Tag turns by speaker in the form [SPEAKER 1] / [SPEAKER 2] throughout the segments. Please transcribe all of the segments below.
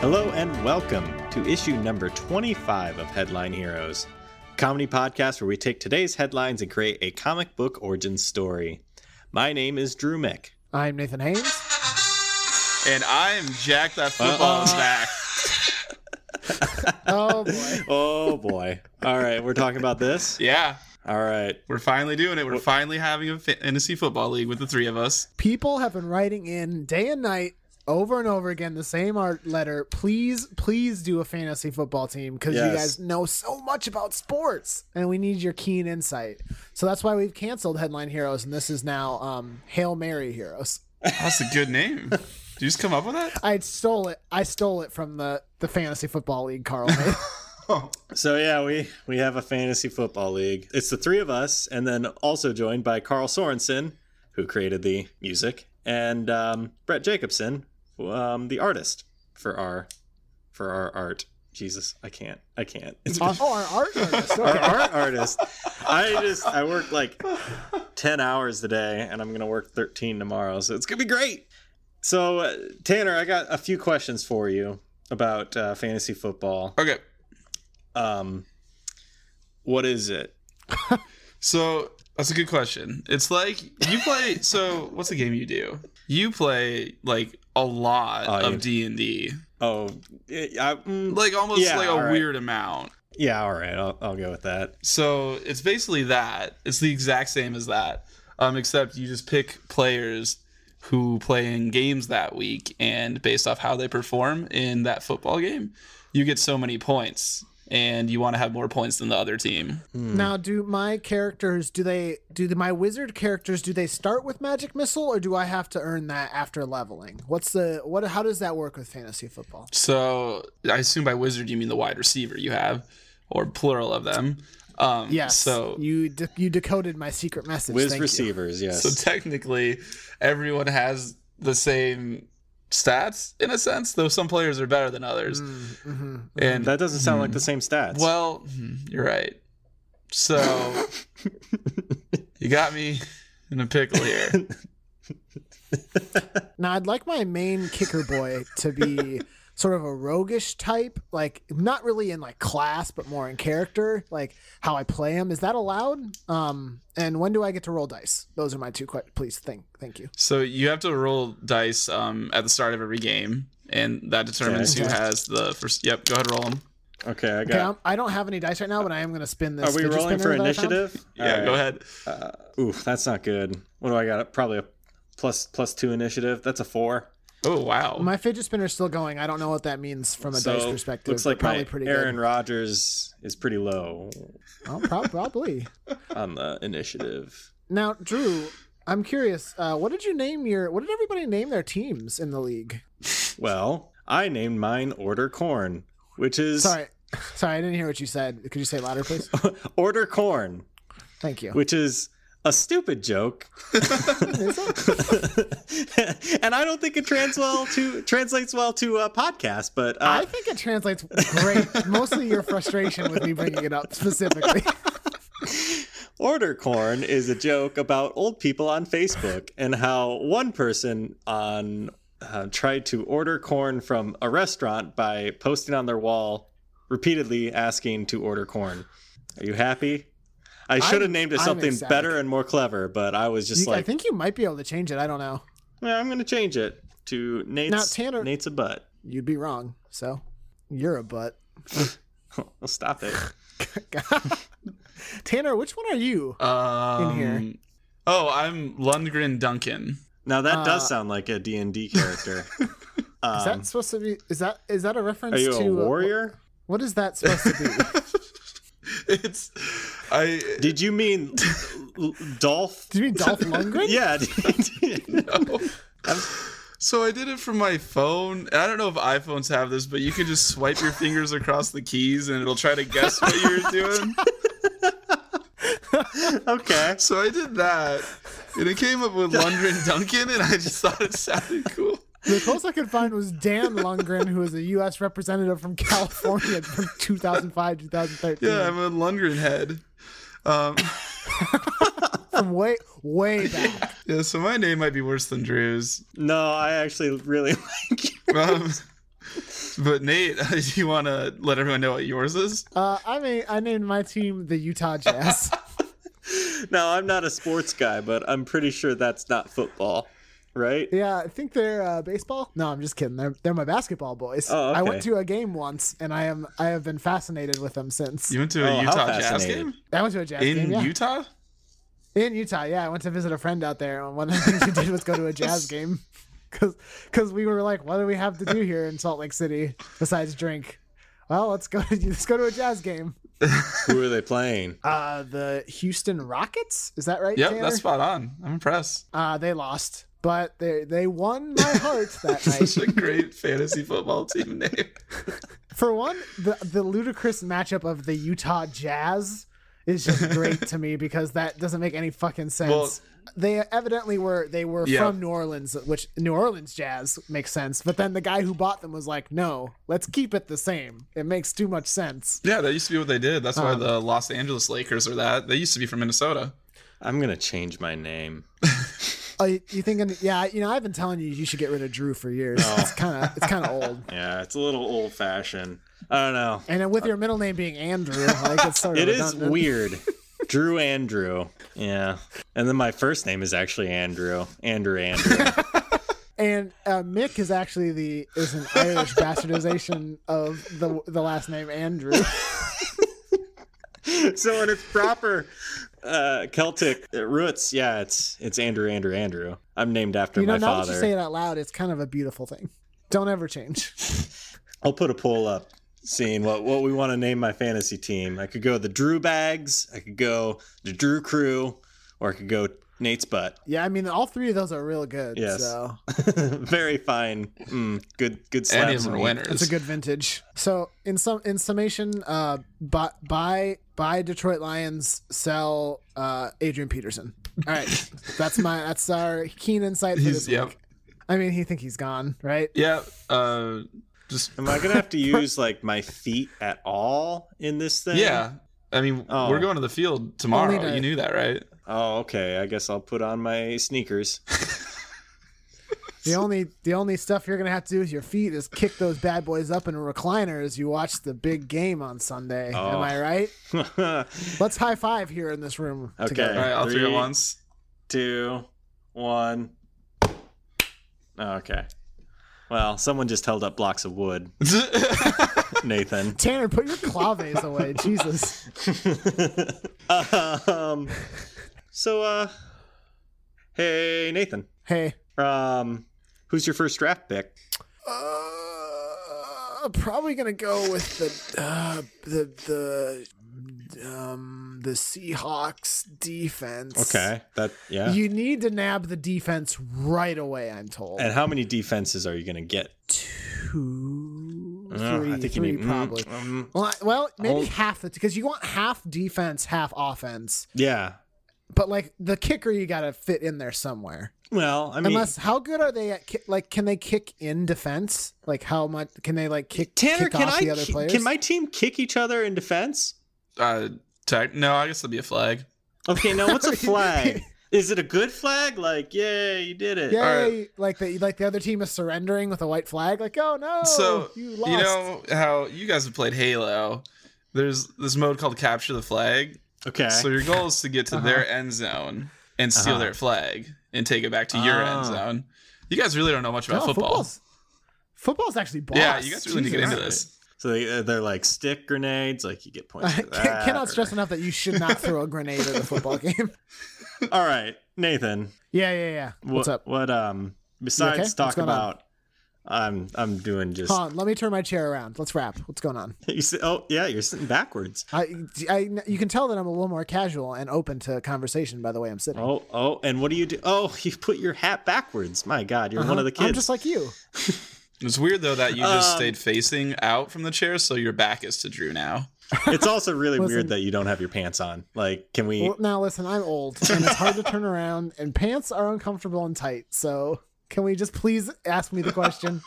[SPEAKER 1] Hello and welcome to issue number 25 of Headline Heroes, a comedy podcast where we take today's headlines and create a comic book origin story. My name is Drew Mick.
[SPEAKER 2] I'm Nathan Haynes.
[SPEAKER 3] And I'm Jack that football
[SPEAKER 1] Uh-oh.
[SPEAKER 3] back.
[SPEAKER 2] Oh boy.
[SPEAKER 1] Oh boy. All right, we're talking about this.
[SPEAKER 3] Yeah,
[SPEAKER 1] All right.
[SPEAKER 3] we're finally doing it. We're finally having a fantasy football league with the three of us.
[SPEAKER 2] People have been writing in day and night over and over again the same art letter. Please, please do a fantasy football team because you
[SPEAKER 1] Yes.
[SPEAKER 2] guys know so much about sports and we need your keen insight. So that's why we've canceled Headline Heroes and this is now um, Hail Mary Heroes.
[SPEAKER 3] That's a good name. Did you just come up with that?
[SPEAKER 2] I stole it. I stole it from the, the fantasy football league, Carl. made.
[SPEAKER 3] Oh,
[SPEAKER 1] So yeah, we we have a fantasy football league. It's the three of us and then also joined by Carl Sorensen, who created the music, and um, Brett Jacobson, um, the artist for our for our art. Jesus, I can't. I can't. It's
[SPEAKER 2] oh, our art artist.
[SPEAKER 1] our
[SPEAKER 2] Okay.
[SPEAKER 1] art artist. I just I work like ten hours today, and I'm gonna work thirteen tomorrow, so it's gonna be great. So uh, Tanner, I got a few questions for you about uh, fantasy football.
[SPEAKER 3] okay.
[SPEAKER 1] Um, what is it?
[SPEAKER 3] So that's a good question. It's like you play. So what's the game you do? You play like a lot
[SPEAKER 1] Oh, you-
[SPEAKER 3] of D and D,
[SPEAKER 1] Oh, it, I, mm,
[SPEAKER 3] like almost
[SPEAKER 1] Yeah,
[SPEAKER 3] like a
[SPEAKER 1] all right.
[SPEAKER 3] weird amount.
[SPEAKER 1] yeah. All right, I'll, I'll go with that.
[SPEAKER 3] So it's basically that. It's the exact same as that, um, except you just pick players who play in games that week, and based off how they perform in that football game, you get so many points, and you want to have more points than the other team.
[SPEAKER 1] Hmm.
[SPEAKER 2] Now, do my characters do they do the, my wizard characters do they start with magic missile or do I have to earn that after leveling? What's the what? How does that work with fantasy football?
[SPEAKER 3] So I assume by wizard you mean the wide receiver you have, or plural of them. Um,
[SPEAKER 2] Yes.
[SPEAKER 3] So
[SPEAKER 2] you de- you decoded my secret message.
[SPEAKER 1] Whiz
[SPEAKER 2] Thank you.
[SPEAKER 1] receivers, yes.
[SPEAKER 3] So technically, everyone has the same stats in a sense, though some players are better than others.
[SPEAKER 2] Mm, mhm.
[SPEAKER 3] And
[SPEAKER 1] that doesn't sound like
[SPEAKER 3] Hmm.
[SPEAKER 1] the same stats.
[SPEAKER 3] Well, hmm, you're right. So you got me in a pickle here.
[SPEAKER 2] Now, I'd like my main kicker boy to be sort of a roguish type, like not really in like class, but more in character, like how I play him. Is that allowed? Um, and when do I get to roll dice? Those are my two questions. Please, thank thank you.
[SPEAKER 3] So you have to roll dice um, at the start of every game, and that determines
[SPEAKER 1] Okay.
[SPEAKER 3] who has the first. Yep, go ahead, roll them.
[SPEAKER 1] okay, I
[SPEAKER 2] Okay,
[SPEAKER 1] got.
[SPEAKER 2] I'm- I don't have any dice right now, but I am going to spin this.
[SPEAKER 1] Are we
[SPEAKER 2] fidget
[SPEAKER 1] rolling
[SPEAKER 2] spinner
[SPEAKER 1] for
[SPEAKER 2] that I found.
[SPEAKER 1] initiative?
[SPEAKER 3] Yeah,
[SPEAKER 1] All
[SPEAKER 3] go
[SPEAKER 1] right.
[SPEAKER 3] ahead.
[SPEAKER 1] Uh, oof, that's not good. What do I got? Probably a plus plus two initiative. That's a four.
[SPEAKER 3] Oh wow.
[SPEAKER 2] My fidget spinner's still going. I don't know what that means from a
[SPEAKER 1] So,
[SPEAKER 2] dice perspective.
[SPEAKER 1] looks
[SPEAKER 2] but
[SPEAKER 1] like
[SPEAKER 2] probably
[SPEAKER 1] my
[SPEAKER 2] pretty
[SPEAKER 1] Aaron Rodgers is pretty low
[SPEAKER 2] good. Oh, prob- probably.
[SPEAKER 1] on the initiative.
[SPEAKER 2] Now, Drew, I'm curious. Uh, what did you name your? What did everybody name their teams in the league?
[SPEAKER 1] Well, I named mine Order Corn, which is
[SPEAKER 2] Sorry, sorry, I didn't hear what you said. Could you say it louder, please?
[SPEAKER 1] Order Corn,
[SPEAKER 2] Thank you.
[SPEAKER 1] which is a stupid joke. Uh, and I don't think it trans well to translates well to a podcast, but
[SPEAKER 2] I
[SPEAKER 1] uh,
[SPEAKER 2] think it translates great. Mostly your frustration with me bringing it up specifically.
[SPEAKER 1] Order Corn is a joke about old people on Facebook and how one person on uh, tried to order corn from a restaurant by posting on their wall repeatedly asking to order corn. Are you happy? I should have
[SPEAKER 2] I'm-
[SPEAKER 1] named it
[SPEAKER 2] I'm
[SPEAKER 1] something
[SPEAKER 2] ecstatic.
[SPEAKER 1] better and more clever, but I was just
[SPEAKER 2] You- I
[SPEAKER 1] like,
[SPEAKER 2] think you might be able to change it. I don't know.
[SPEAKER 1] "Yeah, I'm going to change it to Nate's
[SPEAKER 2] Tanner-
[SPEAKER 1] Nate's a butt.
[SPEAKER 2] You'd be wrong. So, you're a butt.
[SPEAKER 1] well, stop it.
[SPEAKER 2] Tanner, which one are you?
[SPEAKER 3] um,
[SPEAKER 2] here.
[SPEAKER 3] Oh, I'm Lundgren Duncan.
[SPEAKER 1] Now that does
[SPEAKER 2] Uh,
[SPEAKER 1] sound like a D&D character. Um,
[SPEAKER 2] Is that uh, supposed to be? Is that is that a reference
[SPEAKER 1] are you
[SPEAKER 2] to
[SPEAKER 1] a warrior?
[SPEAKER 2] what is that supposed to be?
[SPEAKER 3] It's I.
[SPEAKER 1] Did you mean L- Dolph?
[SPEAKER 2] Do you mean Dolph Lundgren?
[SPEAKER 1] Yeah.
[SPEAKER 3] So I did it from my phone. I don't know if iPhones have this, but you can just swipe your fingers across the keys and it'll try to guess what you're doing.
[SPEAKER 1] okay.
[SPEAKER 3] So I did that, and it came up with Lundgren Duncan, and I just thought it sounded cool.
[SPEAKER 2] The closest I could find was Dan Lundgren, who was a U.S. representative from California from 2005 2013.
[SPEAKER 3] Yeah, I'm a Lundgren head. Um,
[SPEAKER 2] from way way back.
[SPEAKER 3] yeah, so my name might be worse than Drew's.
[SPEAKER 1] No, I actually really like.
[SPEAKER 3] Um, But Nate, do you want to let everyone know what yours is?
[SPEAKER 2] Uh, I mean, I named my team the Utah Jazz.
[SPEAKER 1] Now, I'm not a sports guy, but I'm pretty sure that's not football, right?
[SPEAKER 2] yeah, I think they're uh, baseball. No, I'm just kidding. They're they're my basketball boys.
[SPEAKER 1] Oh,
[SPEAKER 2] I
[SPEAKER 1] okay.
[SPEAKER 2] went to a game once, and I am I have been fascinated with them since.
[SPEAKER 3] You went to a
[SPEAKER 1] Oh, how
[SPEAKER 3] Utah Jazz
[SPEAKER 1] fascinating.
[SPEAKER 3] game
[SPEAKER 2] I went to a Jazz
[SPEAKER 3] in
[SPEAKER 2] game yeah.
[SPEAKER 3] Utah.
[SPEAKER 2] in Utah. Yeah, I went to visit a friend out there, and one of the things we did was go to a Jazz game because we were like, what do we have to do here in Salt Lake City besides drink? Well, let's go. Let's go to a jazz game.
[SPEAKER 1] Who are they playing?
[SPEAKER 2] Uh, the Houston Rockets. Is that right?
[SPEAKER 3] Yep,
[SPEAKER 2] Tanner?
[SPEAKER 3] that's spot on. I'm impressed.
[SPEAKER 2] Uh, they lost, but they they won my heart that night.
[SPEAKER 3] Such a great fantasy football team name.
[SPEAKER 2] For one, the the ludicrous matchup of the Utah Jazz is just great to me because that doesn't make any fucking sense.
[SPEAKER 3] Well-
[SPEAKER 2] they evidently were they were
[SPEAKER 3] Yeah.
[SPEAKER 2] from New Orleans, which New Orleans Jazz makes sense. But then the guy who bought them was like, "No, let's keep it the same. It makes too much sense."
[SPEAKER 3] Yeah, that used to be what they did. That's why the Los Angeles Lakers are that. They used to be from Minnesota.
[SPEAKER 1] I'm going to change my name.
[SPEAKER 2] Oh, you, you thinking? Yeah, you know, I've been telling you you should get rid of Drew for years. It's kind of it's kind of old.
[SPEAKER 1] Yeah, it's a little old fashioned. I don't know.
[SPEAKER 2] And then with your middle name being Andrew, like it's sort of
[SPEAKER 1] It is
[SPEAKER 2] redundant.
[SPEAKER 1] weird. Drew Andrew. Yeah. And then my first name is actually Andrew. Andrew Andrew.
[SPEAKER 2] And uh, Mick is actually the is an Irish bastardization of the the last name Andrew.
[SPEAKER 1] so in its proper uh, Celtic roots, yeah, it's it's Andrew Andrew Andrew. I'm named after
[SPEAKER 2] you know,
[SPEAKER 1] my
[SPEAKER 2] now that
[SPEAKER 1] father.
[SPEAKER 2] you say it out loud, it's kind of a beautiful thing. Don't ever change.
[SPEAKER 1] I'll put a poll up seeing what, what we want to name my fantasy team. I could go the Drew Bags, I could go the Drew Crew, or I could go Nate's Butt.
[SPEAKER 2] Yeah, I mean, all three of those are real good.
[SPEAKER 1] Yes.
[SPEAKER 2] So
[SPEAKER 1] Very fine. Mm, good good
[SPEAKER 3] Any of
[SPEAKER 1] slaps
[SPEAKER 3] them are
[SPEAKER 1] meat.
[SPEAKER 3] winners.
[SPEAKER 2] it's a good vintage. So in some in summation, uh, buy buy buy Detroit Lions, sell uh, Adrian Peterson. All right, that's my that's our keen insight for
[SPEAKER 3] He's,
[SPEAKER 2] this
[SPEAKER 3] yep.
[SPEAKER 2] week. I mean, he think he's gone, right?
[SPEAKER 3] Yeah. Uh, just
[SPEAKER 1] Am I gonna have to use like my feet at all in this thing?
[SPEAKER 3] yeah. I mean,
[SPEAKER 1] Oh.
[SPEAKER 3] we're going to the field tomorrow.
[SPEAKER 2] Only to-
[SPEAKER 3] You knew that, right?
[SPEAKER 1] Oh, okay. I guess I'll put on my sneakers.
[SPEAKER 2] The only the only stuff you're gonna have to do with your feet is kick those bad boys up in a recliner as you watch the big game on Sunday.
[SPEAKER 1] Oh.
[SPEAKER 2] Am I right?
[SPEAKER 1] okay.
[SPEAKER 2] Let's high five here in this room.
[SPEAKER 1] Okay.
[SPEAKER 2] together.
[SPEAKER 3] All right, all three at
[SPEAKER 1] Three.
[SPEAKER 3] once.
[SPEAKER 1] two, one. Okay. Well, someone just held up blocks of wood, Nathan.
[SPEAKER 2] Tanner, put your claves away. Jesus.
[SPEAKER 1] um, so, uh, hey, Nathan.
[SPEAKER 2] Hey.
[SPEAKER 1] Um, who's your first draft pick?
[SPEAKER 2] Uh, probably gonna go with the uh, the the um the Seahawks defense.
[SPEAKER 1] Okay. That, yeah.
[SPEAKER 2] You need to nab the defense right away. I'm told.
[SPEAKER 1] and how many defenses are you going to get?
[SPEAKER 2] Two, three,
[SPEAKER 1] Uh, I think
[SPEAKER 2] three
[SPEAKER 1] you need mm,
[SPEAKER 2] probably.
[SPEAKER 1] mm,
[SPEAKER 2] Well, I- well, maybe
[SPEAKER 1] Hold-
[SPEAKER 2] half the because you want half defense, half offense.
[SPEAKER 1] yeah.
[SPEAKER 2] But like the kicker, you gotta fit in there somewhere.
[SPEAKER 1] Well, I mean,
[SPEAKER 2] Unless how good are they at ki- like can they kick in defense? Like how much can they like kick?
[SPEAKER 1] Tanner,
[SPEAKER 2] kick
[SPEAKER 1] can
[SPEAKER 2] off
[SPEAKER 1] I?
[SPEAKER 2] the other
[SPEAKER 1] ki-
[SPEAKER 2] players?
[SPEAKER 1] Can my team kick each other in defense?
[SPEAKER 3] Uh, tech, no, I guess that'd be a flag.
[SPEAKER 1] Okay, now what's a flag? Is it a good flag? Like, yay, you did it.
[SPEAKER 2] Yay!
[SPEAKER 3] Alright.
[SPEAKER 2] Like the like the other team is surrendering with a white flag. Like oh no,
[SPEAKER 3] so
[SPEAKER 2] you
[SPEAKER 3] you,
[SPEAKER 2] lost.
[SPEAKER 3] know how you guys have played Halo. There's this mode called Capture the Flag.
[SPEAKER 1] Okay.
[SPEAKER 3] So your goal is to get to their end zone and steal
[SPEAKER 1] Uh-huh.
[SPEAKER 3] their flag and take it back to your
[SPEAKER 1] Ah.
[SPEAKER 3] end zone. You guys really don't know much
[SPEAKER 2] No,
[SPEAKER 3] about football.
[SPEAKER 2] football's football's actually boss.
[SPEAKER 3] Yeah, you guys really need to get
[SPEAKER 2] Jesus.
[SPEAKER 3] into this.
[SPEAKER 1] So they, they're like stick grenades. Like you get points. For
[SPEAKER 2] I can-
[SPEAKER 1] that,
[SPEAKER 2] cannot
[SPEAKER 1] or-
[SPEAKER 2] stress enough that you should not throw a grenade at a football game.
[SPEAKER 1] All right, Nathan.
[SPEAKER 2] Yeah, yeah, yeah.
[SPEAKER 1] What,
[SPEAKER 2] What's up?
[SPEAKER 1] What um? Besides
[SPEAKER 2] okay? What's
[SPEAKER 1] talk
[SPEAKER 2] going on?
[SPEAKER 1] about, I'm I'm doing just.
[SPEAKER 2] Hold on, let me turn my chair around. Let's wrap. What's going on?
[SPEAKER 1] You sit, oh yeah, you're sitting backwards.
[SPEAKER 2] I, I, you can tell that I'm a little more casual and open to conversation by the way I'm sitting.
[SPEAKER 1] Oh oh, and what do you do? Oh, you put your hat backwards. My God, you're one of the
[SPEAKER 2] Uh-huh. I'm
[SPEAKER 1] kids.
[SPEAKER 2] just like you.
[SPEAKER 3] It's weird though that you just
[SPEAKER 1] Um,
[SPEAKER 3] stayed facing out from the chair, so your back is to Drew now.
[SPEAKER 1] it's also really
[SPEAKER 2] Listen.
[SPEAKER 1] weird that you don't have your pants on. Like, can we?
[SPEAKER 2] Well, now listen, I'm old and it's hard to turn around, and pants are uncomfortable and tight. So can we just please ask me the question?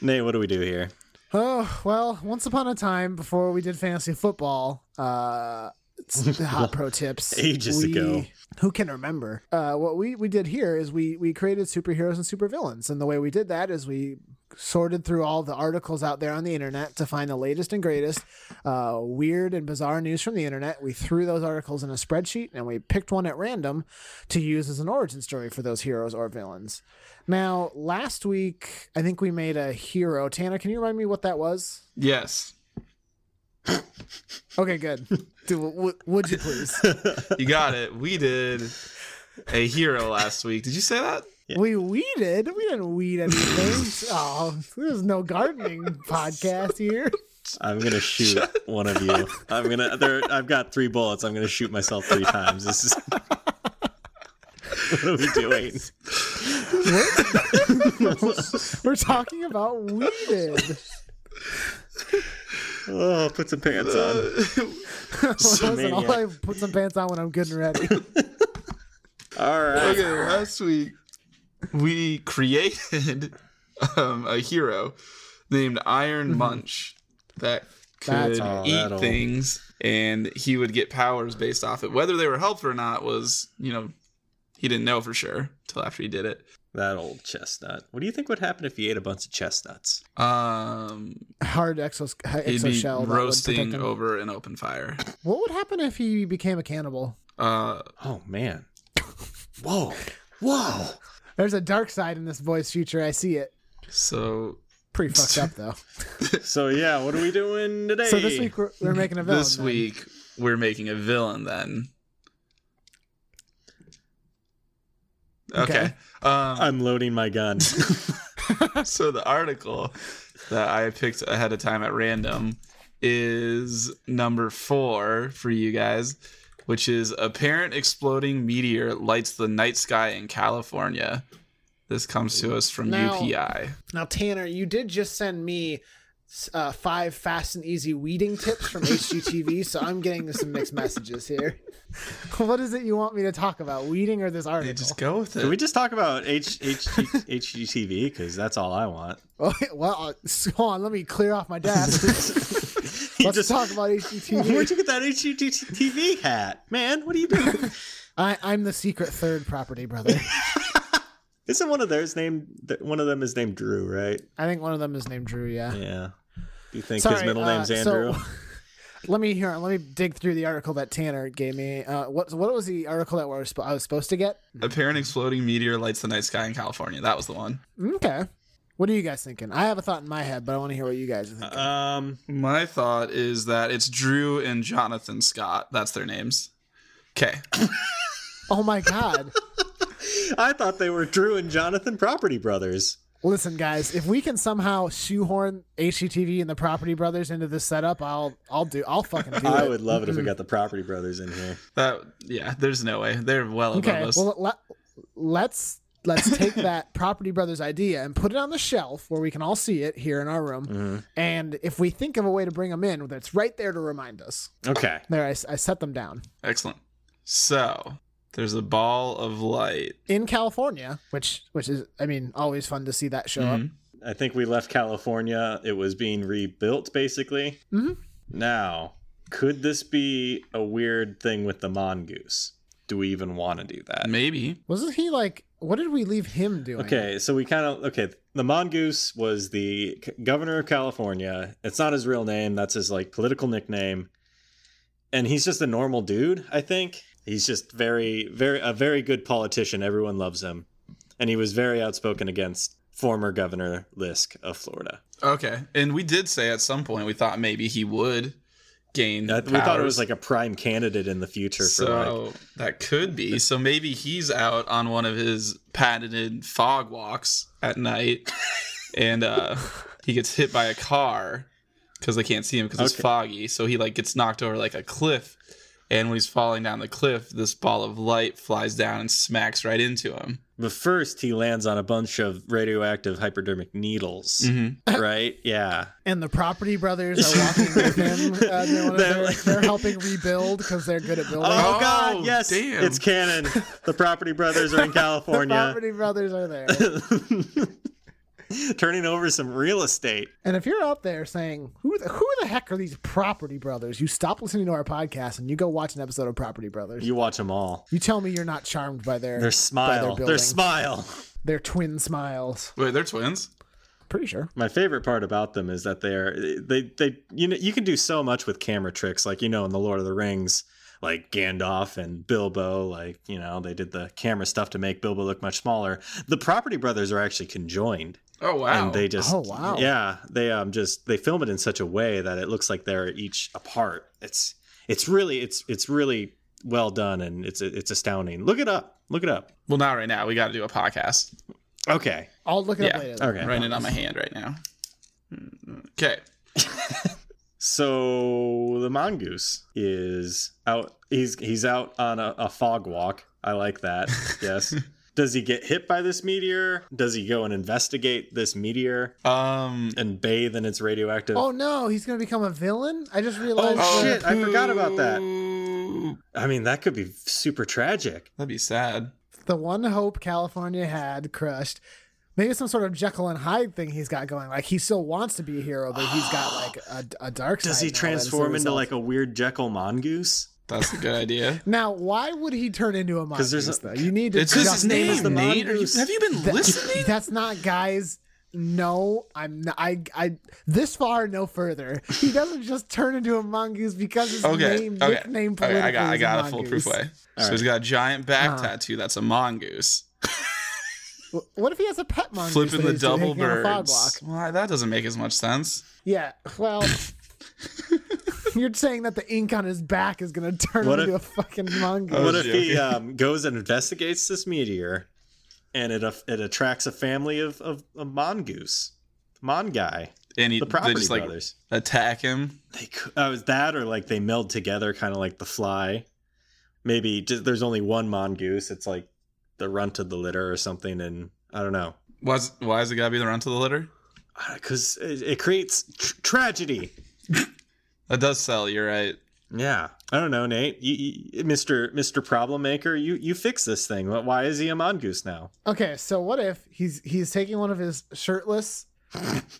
[SPEAKER 1] Nate, what do we do here?
[SPEAKER 2] oh well, once upon a time before we did fantasy football, uh, it's the hot pro tips
[SPEAKER 1] Ages
[SPEAKER 2] we-
[SPEAKER 1] ago.
[SPEAKER 2] Who can remember? Uh, what we, we did here is we we created superheroes and supervillains, and the way we did that is we sorted through all the articles out there on the internet to find the latest and greatest uh, weird and bizarre news from the internet. We threw those articles in a spreadsheet and we picked one at random to use as an origin story for those heroes or villains. Now, last week, I think we made a hero. Tanner, can you remind me what that was?
[SPEAKER 3] Yes.
[SPEAKER 2] Okay, good. Do, w- would you please?
[SPEAKER 3] You got it. We did a hero last week. Did you say that?
[SPEAKER 1] Yeah.
[SPEAKER 2] We weeded. We didn't weed anything. oh, there's no gardening podcast here.
[SPEAKER 1] I'm gonna shoot one of you. I'm gonna. There, I've got three bullets. I'm gonna shoot myself three times. This is. what are we doing?
[SPEAKER 2] We're talking about weeded.
[SPEAKER 1] Oh, put some pants on.
[SPEAKER 3] Uh,
[SPEAKER 2] Listen, all I
[SPEAKER 1] maniac.
[SPEAKER 2] put some pants on when I'm good and ready.
[SPEAKER 1] All right.
[SPEAKER 3] okay, last week we created um, a hero named Iron Munch that
[SPEAKER 2] Mm-hmm. That's
[SPEAKER 3] could
[SPEAKER 1] right. Oh,
[SPEAKER 3] eat
[SPEAKER 1] that'll-
[SPEAKER 3] things, and he would get powers based off it. Whether they were helpful or not was, you know, he didn't know for sure till after he did it.
[SPEAKER 1] That old chestnut. What do you think would happen if he ate a bunch of chestnuts?
[SPEAKER 3] Um,
[SPEAKER 2] Hard exos-
[SPEAKER 3] he'd be
[SPEAKER 2] exoshell. that would protect
[SPEAKER 3] roasting
[SPEAKER 2] him.
[SPEAKER 3] over an open fire.
[SPEAKER 2] What would happen if he became a cannibal?
[SPEAKER 3] Uh,
[SPEAKER 1] Oh man. Whoa. Whoa.
[SPEAKER 2] There's a dark side in this boy's future. I see it.
[SPEAKER 3] so
[SPEAKER 2] Pretty fucked up though.
[SPEAKER 1] So yeah, what are we doing today?
[SPEAKER 2] So this week we're, we're making a villain.
[SPEAKER 3] this
[SPEAKER 2] then.
[SPEAKER 3] week we're making a villain then. Okay.
[SPEAKER 2] Okay. Uh,
[SPEAKER 3] Um,
[SPEAKER 1] I'm loading my gun.
[SPEAKER 3] so the article that I picked ahead of time at random is number four for you guys, which is apparent exploding meteor lights the night sky in California. This comes to us from
[SPEAKER 2] Now-
[SPEAKER 3] UPI.
[SPEAKER 2] Now Tanner, you did just send me uh, five fast and easy weeding tips from HGTV, so I'm getting some mixed messages here. what is it you want me to talk about? Weeding or this
[SPEAKER 3] They
[SPEAKER 2] article?
[SPEAKER 3] just go with
[SPEAKER 1] Can we
[SPEAKER 3] it.
[SPEAKER 1] just talk about H H HGTV? Because that's all I want.
[SPEAKER 2] well, uh, s- hold on. Let me clear off my desk.
[SPEAKER 1] You
[SPEAKER 2] Let's
[SPEAKER 1] just-
[SPEAKER 2] talk about HGTV.
[SPEAKER 1] Where'd you get that HGTV hat, man? What are you doing?
[SPEAKER 2] I, I'm the secret third property brother.
[SPEAKER 1] Isn't one of theirs named? th- One of them is named Drew, right?
[SPEAKER 2] I think one of them is named Drew. Yeah.
[SPEAKER 1] Yeah. Do you think his
[SPEAKER 2] Sorry,
[SPEAKER 1] middle
[SPEAKER 2] uh,
[SPEAKER 1] name's
[SPEAKER 2] so-
[SPEAKER 1] Andrew?
[SPEAKER 2] Let me hear. Let me dig through the article that Tanner gave me. Uh, what what was the article that we're, sp- I was supposed to get?
[SPEAKER 3] Apparent exploding meteor lights the night sky in California. That was the one.
[SPEAKER 2] Okay. What are you guys thinking? I have a thought in my head, but I want to hear what you guys are thinking.
[SPEAKER 1] um,
[SPEAKER 3] My thought is that it's Drew and Jonathan Scott. That's their names. Okay.
[SPEAKER 2] oh my god!
[SPEAKER 1] I thought they were Drew and Jonathan Property Brothers.
[SPEAKER 2] Listen, guys, if we can somehow shoehorn HGTV and the Property Brothers into this setup, I'll I'll do I'll fucking do
[SPEAKER 1] I
[SPEAKER 2] it.
[SPEAKER 1] would love it if we got the Property Brothers in here.
[SPEAKER 3] That yeah, there's no way. They're well above
[SPEAKER 2] Okay.
[SPEAKER 3] us.
[SPEAKER 2] Well, let, let's let's take that Property Brothers idea and put it on the shelf where we can all see it here in our room.
[SPEAKER 1] Mm.
[SPEAKER 2] And if we think of a way to bring them in, that's right there to remind us.
[SPEAKER 1] Okay.
[SPEAKER 2] There, I, s- I set them down
[SPEAKER 3] Excellent. So there's a ball of light.
[SPEAKER 2] in California, which which is I mean always fun to see that show
[SPEAKER 1] Mm.
[SPEAKER 2] up.
[SPEAKER 3] Mhm.
[SPEAKER 1] I think we left California. It was being rebuilt, basically.
[SPEAKER 2] Mhm.
[SPEAKER 1] Now, could this be a weird thing with the mongoose? Do we even want to do that?
[SPEAKER 3] Maybe.
[SPEAKER 2] Wasn't he like? What did we leave him doing?
[SPEAKER 1] Okay, so we kind of okay. The mongoose was the c- governor of California. It's not his real name. That's his like political nickname, and he's just a normal dude. I think he's just very, very a very good politician. Everyone loves him, and he was very outspoken against former governor Lisk of Florida.
[SPEAKER 3] Okay. And we did say at some point we thought maybe he would gain.
[SPEAKER 1] I- we thought it was
[SPEAKER 3] powers.
[SPEAKER 1] like a prime candidate in the future for like
[SPEAKER 3] so that could be. So maybe he's out on one of his patented fog walks at night, and uh, he gets hit by a car because they can't see him because it's
[SPEAKER 1] Okay.
[SPEAKER 3] foggy. So he like gets knocked over like a cliff, and when he's falling down the cliff, this ball of light flies down and smacks right into him.
[SPEAKER 1] But first, he lands on a bunch of radioactive hypodermic needles,
[SPEAKER 3] Mm-hmm.
[SPEAKER 1] right? Yeah.
[SPEAKER 2] And the Property Brothers are walking with him. Uh, they're, one of
[SPEAKER 1] They're
[SPEAKER 2] their-
[SPEAKER 1] like-
[SPEAKER 2] they're helping rebuild because they're good at building.
[SPEAKER 1] Oh,
[SPEAKER 3] Oh,
[SPEAKER 1] God! Yes,
[SPEAKER 3] damn.
[SPEAKER 1] it's canon. The Property Brothers are in
[SPEAKER 2] the
[SPEAKER 1] California,
[SPEAKER 2] Property Brothers are there.
[SPEAKER 1] turning over some real estate.
[SPEAKER 2] And if you're out there saying, "Who the, who the heck are these Property Brothers?" You stop listening to our podcast and you go watch an episode of Property Brothers. You,
[SPEAKER 1] You watch them all.
[SPEAKER 2] tell me you're not charmed by their
[SPEAKER 1] Their smile. Their
[SPEAKER 2] building.
[SPEAKER 1] smile.
[SPEAKER 2] their twin smiles.
[SPEAKER 3] Wait, they're twins.
[SPEAKER 2] pretty sure.
[SPEAKER 1] My favorite part about them is that they are they they you know you can do so much with camera tricks like you know in the Lord of the Rings like Gandalf and Bilbo like you know they did the camera stuff to make Bilbo look much smaller. The Property Brothers are actually conjoined
[SPEAKER 3] Oh wow!
[SPEAKER 1] and they just
[SPEAKER 2] Oh, wow.
[SPEAKER 1] yeah they um just they film it in such a way that it looks like they're each apart. It's it's really it's it's really well done and it's it's astounding. Look it up. Look it up.
[SPEAKER 3] well, not right now. We got to do a podcast.
[SPEAKER 1] Okay.
[SPEAKER 2] I'll look it up
[SPEAKER 3] Yeah.
[SPEAKER 2] later.
[SPEAKER 1] Okay.
[SPEAKER 3] I'm writing it on my hand right now. Mm, Okay.
[SPEAKER 1] So the mongoose is out. He's he's out on a, a fog walk. I like that. Yes. Does he get hit by this meteor? Does he go and investigate this meteor
[SPEAKER 3] Um.
[SPEAKER 1] and bathe in its radioactive?
[SPEAKER 2] Oh no, he's gonna become a villain. I just realized.
[SPEAKER 1] Oh,
[SPEAKER 2] that-
[SPEAKER 1] shit, I forgot about that.
[SPEAKER 3] poo.
[SPEAKER 1] I mean, that could be super tragic.
[SPEAKER 3] That'd be sad.
[SPEAKER 2] the one hope California had crushed. Maybe some sort of Jekyll and Hyde thing he's got going. Like he still wants to be a hero, but he's got like a, a dark side.
[SPEAKER 1] Does he
[SPEAKER 2] now that is the
[SPEAKER 1] transform into
[SPEAKER 2] result.
[SPEAKER 1] like a weird Jekyll mongoose?
[SPEAKER 3] That's a good idea.
[SPEAKER 2] Now, why would he turn into a monster?
[SPEAKER 1] 'Cause there's a-
[SPEAKER 2] though? You need to.
[SPEAKER 3] It's just his
[SPEAKER 2] justify
[SPEAKER 3] name,
[SPEAKER 2] it.
[SPEAKER 3] Nate. Are you,
[SPEAKER 1] mongoose.
[SPEAKER 3] have you been
[SPEAKER 2] That-
[SPEAKER 3] listening?
[SPEAKER 2] That's not, guys. No, I'm not. I, I, this far, no further. He doesn't just turn into a mongoose because his
[SPEAKER 3] okay.
[SPEAKER 2] name,
[SPEAKER 3] okay.
[SPEAKER 2] nickname,
[SPEAKER 3] okay. I got.
[SPEAKER 2] politically
[SPEAKER 3] I
[SPEAKER 2] is
[SPEAKER 3] got a
[SPEAKER 2] mongoose.
[SPEAKER 3] foolproof way.
[SPEAKER 1] All
[SPEAKER 3] so he's got a giant back
[SPEAKER 2] Uh-huh.
[SPEAKER 3] tattoo. That's a mongoose.
[SPEAKER 2] W- What if he has a pet mongoose? that
[SPEAKER 3] Flipping the
[SPEAKER 2] he's just
[SPEAKER 3] double
[SPEAKER 2] hanging on a fog
[SPEAKER 3] birds. Why that doesn't make as much sense.
[SPEAKER 2] block? Yeah. Well, you're saying that the ink on his back is gonna turn
[SPEAKER 1] What
[SPEAKER 2] into
[SPEAKER 1] if-
[SPEAKER 2] a fucking
[SPEAKER 3] I
[SPEAKER 2] mongoose.
[SPEAKER 3] was
[SPEAKER 1] What if he
[SPEAKER 3] joking.
[SPEAKER 1] um, goes and investigates this meteor, and it af- it attracts a family of of, of mongoose, mon guy,
[SPEAKER 3] And he,
[SPEAKER 1] the
[SPEAKER 3] they
[SPEAKER 1] property
[SPEAKER 3] just like
[SPEAKER 1] brothers.
[SPEAKER 3] attack him.
[SPEAKER 1] they cou- uh, was that or like they meld together kind of like the fly maybe just there's only one mongoose it's like the runt of the litter or something and i don't know
[SPEAKER 3] Why's, why is it gotta be the runt of the litter?
[SPEAKER 1] because it, it creates tr- tragedy
[SPEAKER 3] That does sell. You're right.
[SPEAKER 1] yeah i don't know nate you, you, mr mr problem maker you you fix this thing Wh- why is he a mongoose now
[SPEAKER 2] Okay, so what if he's he's taking one of his shirtless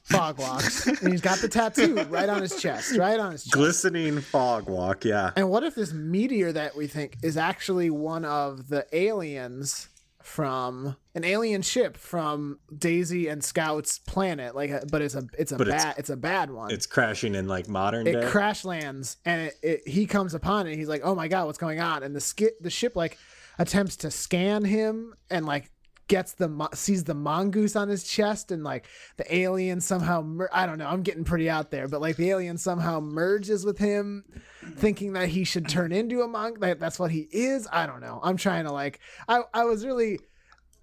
[SPEAKER 2] fog walks and he's got the tattoo right on his chest, right on his chest.
[SPEAKER 1] glistening fog walk yeah
[SPEAKER 2] And what if this meteor that we think is actually one of the aliens from an alien ship from Daisy and Scout's planet? Like, a- but it's a it's a
[SPEAKER 1] But
[SPEAKER 2] bad
[SPEAKER 1] it's-
[SPEAKER 2] it's, a bad one.
[SPEAKER 1] it's crashing in like modern
[SPEAKER 2] it
[SPEAKER 1] day
[SPEAKER 2] crash lands and it, it he comes upon it. And he's like, oh my god, what's going on? And the skit the ship like attempts to scan him and like gets the mo- sees the mongoose on his chest and like the alien somehow mer- I don't know I'm getting pretty out there but like the alien somehow merges with him thinking that he should turn into a monk that that's what he is I don't know I'm trying to like I I was really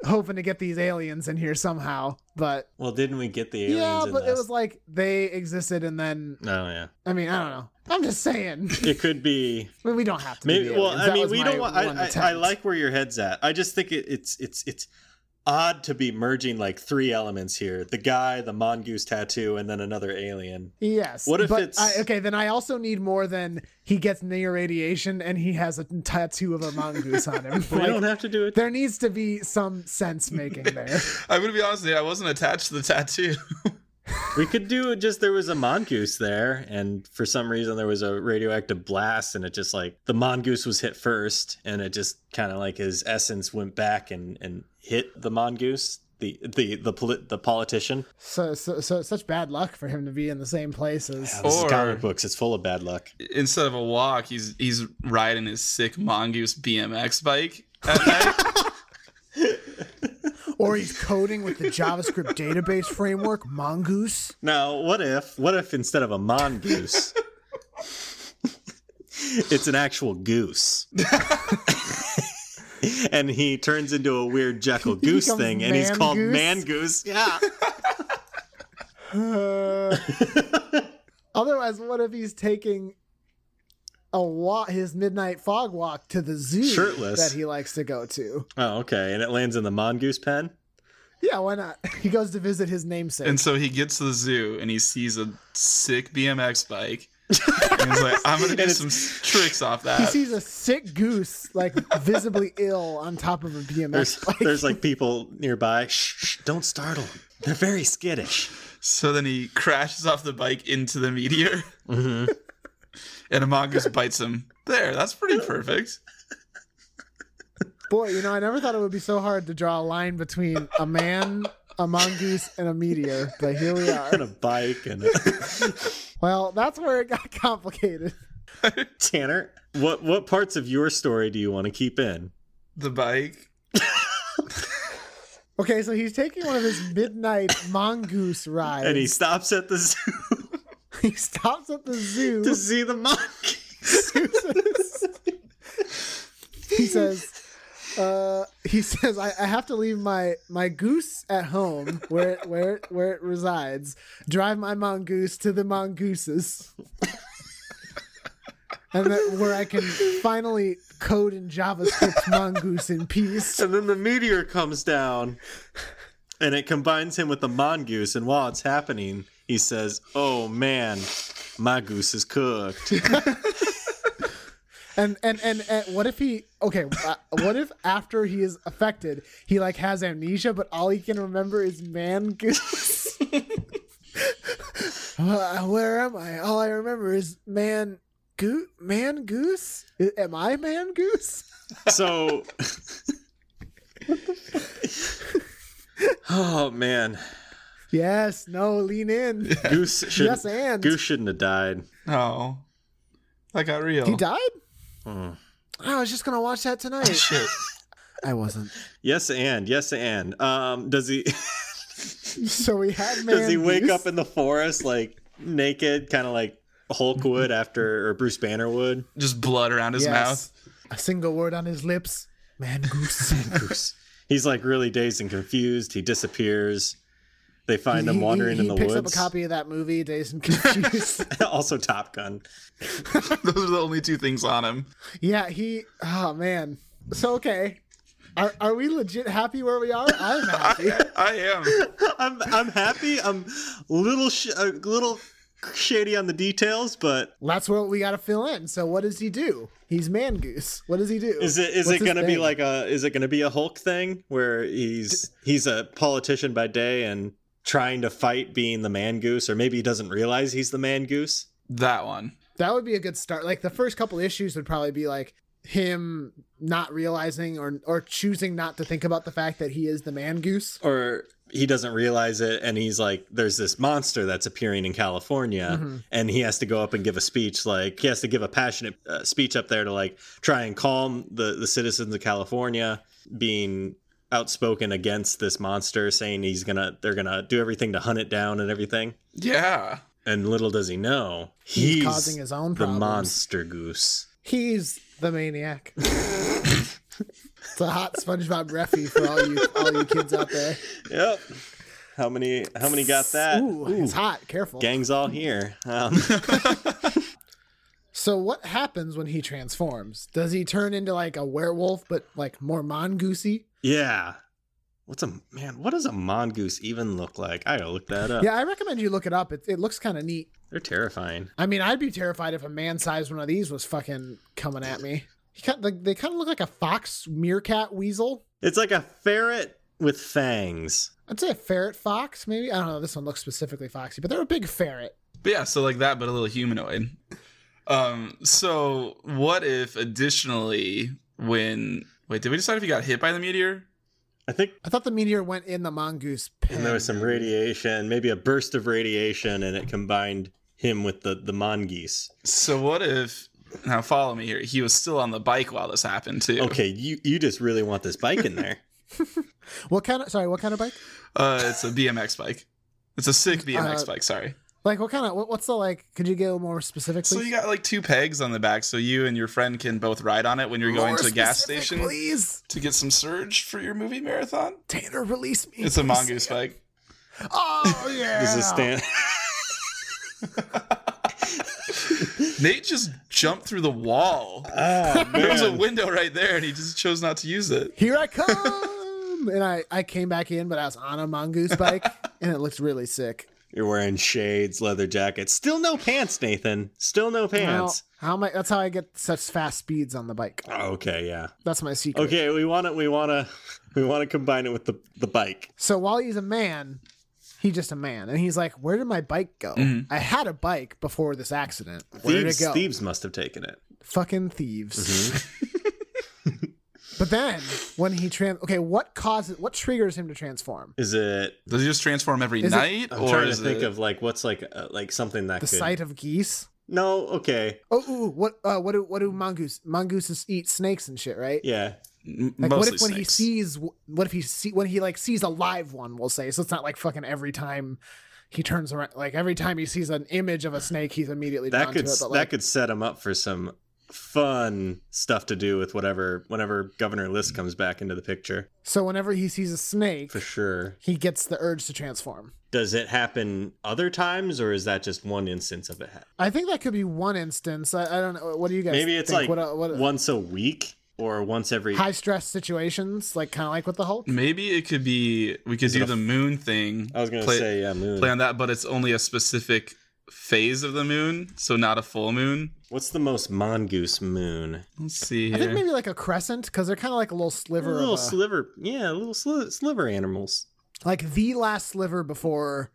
[SPEAKER 2] hoping to get these aliens in here somehow but
[SPEAKER 1] well didn't we get the aliens
[SPEAKER 2] yeah
[SPEAKER 1] in
[SPEAKER 2] but it
[SPEAKER 1] this?
[SPEAKER 2] was like they existed and then
[SPEAKER 1] oh yeah
[SPEAKER 2] I mean I don't know I'm just saying
[SPEAKER 1] it could be
[SPEAKER 2] I mean, we don't have to. do
[SPEAKER 1] Maybe.
[SPEAKER 2] the
[SPEAKER 1] Well,
[SPEAKER 2] aliens.
[SPEAKER 1] I
[SPEAKER 2] That
[SPEAKER 1] mean,
[SPEAKER 2] was
[SPEAKER 1] we
[SPEAKER 2] my
[SPEAKER 1] don't want. I,
[SPEAKER 2] one
[SPEAKER 1] I, I
[SPEAKER 2] attempt.
[SPEAKER 1] like where your head's at. I just think it, it's it's it's odd to be merging like three elements here: the guy, the mongoose tattoo, and then another alien.
[SPEAKER 2] Yes.
[SPEAKER 1] What if
[SPEAKER 2] but
[SPEAKER 1] it's-
[SPEAKER 2] I, okay? Then I also need more than he gets near radiation and he has a tattoo of a mongoose on him.
[SPEAKER 1] We
[SPEAKER 2] Like,
[SPEAKER 1] don't have to do it.
[SPEAKER 2] there needs to be some sense making there.
[SPEAKER 3] I'm gonna be honest with you. I wasn't attached to the tattoo.
[SPEAKER 1] We could do it. Just there was a mongoose there, and for some reason there was a radioactive blast, and it just like the mongoose was hit first, and it just kind of like his essence went back and and hit the mongoose, the the the poli- the politician.
[SPEAKER 2] so, so, so such bad luck for him to be in the same place as.
[SPEAKER 1] This is
[SPEAKER 3] Or-
[SPEAKER 1] comic books. It's full of bad luck.
[SPEAKER 3] Instead of a walk, he's he's riding his sick mongoose BMX bike. at night.
[SPEAKER 2] Or he's coding with the JavaScript database framework mongoose.
[SPEAKER 1] Now, what if what if instead of a mongoose, it's an actual goose, and he turns into a weird Jekyll Goose
[SPEAKER 2] becomes
[SPEAKER 1] thing, and he's
[SPEAKER 2] Man
[SPEAKER 1] called
[SPEAKER 2] Goose?
[SPEAKER 1] Man Goose. Yeah,
[SPEAKER 2] Uh, otherwise, what if he's taking a walk, his midnight fog walk to the zoo
[SPEAKER 1] Shirtless.
[SPEAKER 2] that he likes to go to?
[SPEAKER 1] Oh, okay, and it lands in the mongoose pen.
[SPEAKER 2] Yeah, why not? He goes to visit his namesake.
[SPEAKER 3] and so he gets to the zoo and he sees a sick BMX bike. and he's like, I'm gonna do
[SPEAKER 1] it's-
[SPEAKER 3] some s- tricks off
[SPEAKER 2] he
[SPEAKER 3] that.
[SPEAKER 2] sees a sick goose, like visibly ill, on top of a BMX
[SPEAKER 1] There's
[SPEAKER 2] bike.
[SPEAKER 1] there's like people nearby. Shh, shh, don't startle them. They're very skittish.
[SPEAKER 3] So then he crashes off the bike into the meteor,
[SPEAKER 1] hmm
[SPEAKER 3] and a mongoose bites him. There, that's pretty perfect.
[SPEAKER 2] Boy, you know, I never thought it would be so hard to draw a line between a man a mongoose, and a meteor. But here we
[SPEAKER 1] and
[SPEAKER 2] are.
[SPEAKER 1] a bike and a...
[SPEAKER 2] Well, that's where it got complicated.
[SPEAKER 1] Tanner. What what parts of your story do you want to keep in?
[SPEAKER 3] The bike.
[SPEAKER 2] Okay, so he's taking one of his midnight mongoose rides.
[SPEAKER 1] And he stops at the zoo
[SPEAKER 2] he stops at the zoo.
[SPEAKER 1] to see the monkeys.
[SPEAKER 2] he says uh, he says I, I have to leave my my goose at home where it where it, where it resides drive my mongoose to the mongooses and that where i can finally code in javascript mongoose in peace
[SPEAKER 1] and then the meteor comes down, and it combines him with the mongoose. And while it's happening, he says, "Oh man, my goose is cooked."
[SPEAKER 2] and and and, and what if he okay uh, what if after he is affected he like has amnesia but all he can remember is man goose Uh, where am i all i remember is man goose man goose I- am i man goose
[SPEAKER 1] So. oh man,
[SPEAKER 2] yes no lean in
[SPEAKER 1] goose should
[SPEAKER 2] yes and
[SPEAKER 1] goose shouldn't have died.
[SPEAKER 3] Oh, that got real.
[SPEAKER 2] he died
[SPEAKER 1] Hmm.
[SPEAKER 2] i was just gonna watch that tonight
[SPEAKER 3] Shit.
[SPEAKER 2] i wasn't
[SPEAKER 1] Yes and yes and um does he
[SPEAKER 2] so we had man
[SPEAKER 1] does he wake
[SPEAKER 2] goose.
[SPEAKER 1] up in the forest like naked kind of like Hulk would after or Bruce Banner would?
[SPEAKER 3] Just blood around his
[SPEAKER 2] Yes. a single word on his lips man goose
[SPEAKER 1] Goose. He's like really dazed and confused. He disappears. They find him
[SPEAKER 2] He- he-
[SPEAKER 1] wandering
[SPEAKER 2] he
[SPEAKER 1] in the
[SPEAKER 2] picks
[SPEAKER 1] woods.
[SPEAKER 2] up a copy of that movie, Days and Confused.
[SPEAKER 1] also Top Gun.
[SPEAKER 3] mouth. Those are the only two things on him.
[SPEAKER 2] yeah, he. Oh man. So okay, are are we legit happy where we are? I'm happy.
[SPEAKER 3] I, I am.
[SPEAKER 1] I'm I'm happy. I'm a little sh- a little shady on the details, but
[SPEAKER 2] That's what we got to fill in. So what does he do? He's man goose. What does he do?
[SPEAKER 1] is it is it
[SPEAKER 2] What's his
[SPEAKER 1] going to be
[SPEAKER 2] thing?
[SPEAKER 1] like a is it going to be a Hulk thing where he's he's a politician by day and trying to fight being the man goose or maybe he doesn't realize he's the man goose?
[SPEAKER 3] That one.
[SPEAKER 2] that would be a good start. Like the first couple issues would probably be like him not realizing or or choosing not to think about the fact that he is the man goose.
[SPEAKER 1] or he doesn't realize it and he's like there's this monster that's appearing in california
[SPEAKER 2] Mm-hmm.
[SPEAKER 1] and he has to go up and give a speech like he has to give a passionate uh, speech up there to like try and calm the, the citizens of california being outspoken against this monster saying he's gonna they're gonna do everything to hunt it down and everything
[SPEAKER 3] Yeah.
[SPEAKER 1] and little does he know
[SPEAKER 2] He's,
[SPEAKER 1] he's,
[SPEAKER 2] causing his own
[SPEAKER 1] the
[SPEAKER 2] problems.
[SPEAKER 1] monster goose
[SPEAKER 2] He's the maniac. it's a hot SpongeBob Reffy for all you all you kids out there.
[SPEAKER 1] yep how many how many got that
[SPEAKER 2] Ooh, it's hot. Careful.
[SPEAKER 1] gang's all here um,
[SPEAKER 2] So what happens when he transforms? Does he turn into like a werewolf, but like more mongoosey?
[SPEAKER 1] Yeah. What's a man? What does a mongoose even look like? I gotta look that up.
[SPEAKER 2] Yeah, I recommend you look it up. It, it looks kind of neat.
[SPEAKER 1] They're terrifying.
[SPEAKER 2] I mean, I'd be terrified if a man-sized one of these was fucking coming at me. He kind like they kind of look like a fox, meerkat, weasel.
[SPEAKER 1] It's like a ferret with fangs.
[SPEAKER 2] I'd say a ferret fox, maybe. I don't know. This one looks specifically foxy, but they're a big ferret.
[SPEAKER 3] But yeah, so like that, but a little humanoid. Um, so what if additionally when wait, did we decide if he got hit by the meteor?
[SPEAKER 1] I think
[SPEAKER 2] I thought the meteor went in the mongoose pen.
[SPEAKER 1] and there was some radiation, maybe a burst of radiation, and it combined him with the the mongoose.
[SPEAKER 3] So what if now follow me here. He was still on the bike while this happened too.
[SPEAKER 1] Okay, you you just really want this bike in there.
[SPEAKER 2] What kind of? Sorry, what kind of bike?
[SPEAKER 3] Uh it's a BMX bike. It's a sick BMX
[SPEAKER 2] Uh,
[SPEAKER 3] bike, sorry.
[SPEAKER 2] Like what kind of? What, what's the like? Could you get a little more specific?
[SPEAKER 3] So
[SPEAKER 2] please?
[SPEAKER 3] you got like two pegs on the back, so you and your friend can both ride on it when you're going
[SPEAKER 2] More
[SPEAKER 3] to a gas
[SPEAKER 2] specific,
[SPEAKER 3] station
[SPEAKER 2] Please,
[SPEAKER 3] to get some surge for your movie marathon.
[SPEAKER 2] Tanner, release me.
[SPEAKER 3] It's a
[SPEAKER 2] please.
[SPEAKER 3] mongoose bike.
[SPEAKER 2] Oh yeah.
[SPEAKER 1] This is Stan.
[SPEAKER 3] Nate just jumped through the wall.
[SPEAKER 1] oh
[SPEAKER 3] There was a
[SPEAKER 1] man.
[SPEAKER 3] window right there, and he just chose not to use it.
[SPEAKER 2] Here I come. and I I came back in, but I was on a mongoose bike, and it looked really sick.
[SPEAKER 1] You're wearing shades, leather jacket. Still no pants, Nathan. Still no
[SPEAKER 2] Well,
[SPEAKER 1] pants. Oh,
[SPEAKER 2] how am I? That's how I get such fast speeds on the bike.
[SPEAKER 1] okay, yeah.
[SPEAKER 2] That's my secret.
[SPEAKER 1] Okay, we want to we want to we want to combine it with the the bike.
[SPEAKER 2] So while he's a man, he's just a man, and he's like, "Where did my bike go? I had a bike before this accident. Where
[SPEAKER 1] Mm-hmm.
[SPEAKER 2] did
[SPEAKER 1] Thieves,
[SPEAKER 2] it go?
[SPEAKER 1] Mm-hmm. thieves must have taken it.
[SPEAKER 2] Fucking thieves." But then when he trans, okay, what causes, what triggers him to transform?
[SPEAKER 1] Is it?
[SPEAKER 3] Does he just transform every
[SPEAKER 2] Is it-
[SPEAKER 3] night?
[SPEAKER 1] I'm trying to
[SPEAKER 3] is
[SPEAKER 1] think
[SPEAKER 3] it-
[SPEAKER 1] of like what's like uh, like something that
[SPEAKER 2] The
[SPEAKER 1] could.
[SPEAKER 2] sight of geese.
[SPEAKER 1] No, okay,
[SPEAKER 2] Oh, ooh, what, uh, what do, what do mongoose mongooses eat? Snakes and shit, right?
[SPEAKER 1] yeah,
[SPEAKER 3] M-
[SPEAKER 2] Like, what
[SPEAKER 3] mostly
[SPEAKER 2] if when he
[SPEAKER 3] snakes.
[SPEAKER 2] sees, what if he see when he like sees a live one? We'll say so. It's not like fucking every time he turns around. Like every time he sees an image of a snake, he's immediately
[SPEAKER 1] that
[SPEAKER 2] drawn
[SPEAKER 1] could
[SPEAKER 2] to it.
[SPEAKER 1] s
[SPEAKER 2] But
[SPEAKER 1] that
[SPEAKER 2] like,
[SPEAKER 1] could set him up for some fun stuff to do with whatever whenever Governor List comes back into the picture
[SPEAKER 2] so whenever he sees a snake,
[SPEAKER 1] for sure.
[SPEAKER 2] he gets the urge to transform.
[SPEAKER 1] Does it happen other times, or is that just one instance of it? hap-
[SPEAKER 2] I think that could be one instance. I, I don't know. What do you guys?
[SPEAKER 1] Maybe it's
[SPEAKER 2] think?
[SPEAKER 1] like
[SPEAKER 2] what, uh, what,
[SPEAKER 1] once a week or once every.
[SPEAKER 2] high stress situations, like kind of like with the Hulk.
[SPEAKER 3] Maybe it could be we could
[SPEAKER 1] it
[SPEAKER 3] do
[SPEAKER 1] a-
[SPEAKER 3] the moon thing.
[SPEAKER 1] I was gonna
[SPEAKER 3] play,
[SPEAKER 1] say yeah, moon.
[SPEAKER 3] play on that, but it's only a specific phase of the moon, so not a full moon.
[SPEAKER 1] What's the most mongoose moon?
[SPEAKER 3] Let's see
[SPEAKER 2] I think
[SPEAKER 3] here.
[SPEAKER 2] maybe like a crescent because they're kind of like a little sliver,
[SPEAKER 1] a little
[SPEAKER 2] of a-
[SPEAKER 1] sliver, yeah, little sli- sliver animals.
[SPEAKER 2] like the last sliver before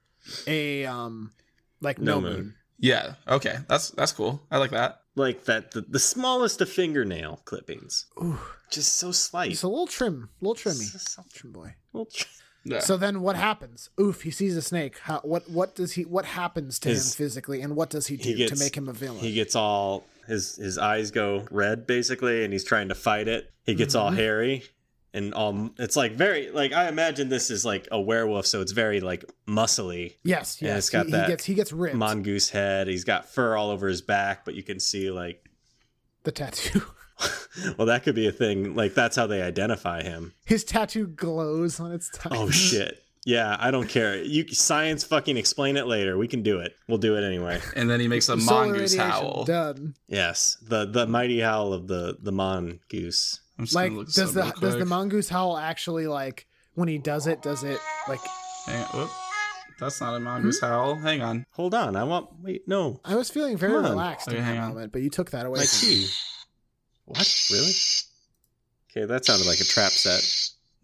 [SPEAKER 2] a um like
[SPEAKER 1] No
[SPEAKER 2] no,
[SPEAKER 1] moon.
[SPEAKER 2] moon.
[SPEAKER 3] Yeah. Okay. That's that's cool. I like that.
[SPEAKER 1] like that the, the smallest of fingernail clippings
[SPEAKER 2] Ooh,
[SPEAKER 1] just so slight
[SPEAKER 2] it's a little trim, little trimmy,
[SPEAKER 1] So- so-
[SPEAKER 2] trim boy.
[SPEAKER 1] well, tr-
[SPEAKER 3] Yeah.
[SPEAKER 2] So then what happens? Oof, he sees a snake. How, what what does he what happens to
[SPEAKER 1] His-
[SPEAKER 2] him physically and what does he
[SPEAKER 1] he
[SPEAKER 2] do
[SPEAKER 1] gets-
[SPEAKER 2] to make him a villain?
[SPEAKER 1] he gets all his his eyes go red basically and he's trying to fight it he gets all
[SPEAKER 2] Mhm.
[SPEAKER 1] hairy and um it's like very like i imagine this is like a werewolf so it's very like muscly
[SPEAKER 2] yes, yes.
[SPEAKER 1] Yeah, it's got
[SPEAKER 2] he,
[SPEAKER 1] that
[SPEAKER 2] he gets he gets ripped.
[SPEAKER 1] mongoose head he's got fur all over his back but you can see like
[SPEAKER 2] the tattoo.
[SPEAKER 1] well that could be a thing like that's how they identify him
[SPEAKER 2] His tattoo glows on its time.
[SPEAKER 1] oh shit yeah i don't care you science fucking explain it later we can do it we'll do it anyway
[SPEAKER 3] and then he makes a
[SPEAKER 2] Solar
[SPEAKER 3] mongoose
[SPEAKER 2] radiation,
[SPEAKER 3] howl.
[SPEAKER 2] Done.
[SPEAKER 1] Yes, the the mighty howl of the the mongoose.
[SPEAKER 3] I'm just
[SPEAKER 2] Like
[SPEAKER 3] gonna look this
[SPEAKER 2] does
[SPEAKER 3] up
[SPEAKER 2] the
[SPEAKER 3] real
[SPEAKER 2] does the
[SPEAKER 3] quick.
[SPEAKER 2] mongoose howl actually like when he does it, does it like
[SPEAKER 3] Hang on, whoop. That's not a mongoose
[SPEAKER 2] Hmm?
[SPEAKER 3] howl. Hang on.
[SPEAKER 1] Hold on, I want wait no
[SPEAKER 2] I was feeling very
[SPEAKER 1] Come on.
[SPEAKER 2] relaxed
[SPEAKER 3] Okay,
[SPEAKER 2] in
[SPEAKER 3] hang
[SPEAKER 2] that
[SPEAKER 3] on.
[SPEAKER 2] moment, but you took that away.
[SPEAKER 1] my
[SPEAKER 2] from me.
[SPEAKER 1] key. What really? Okay, that sounded like a trap set.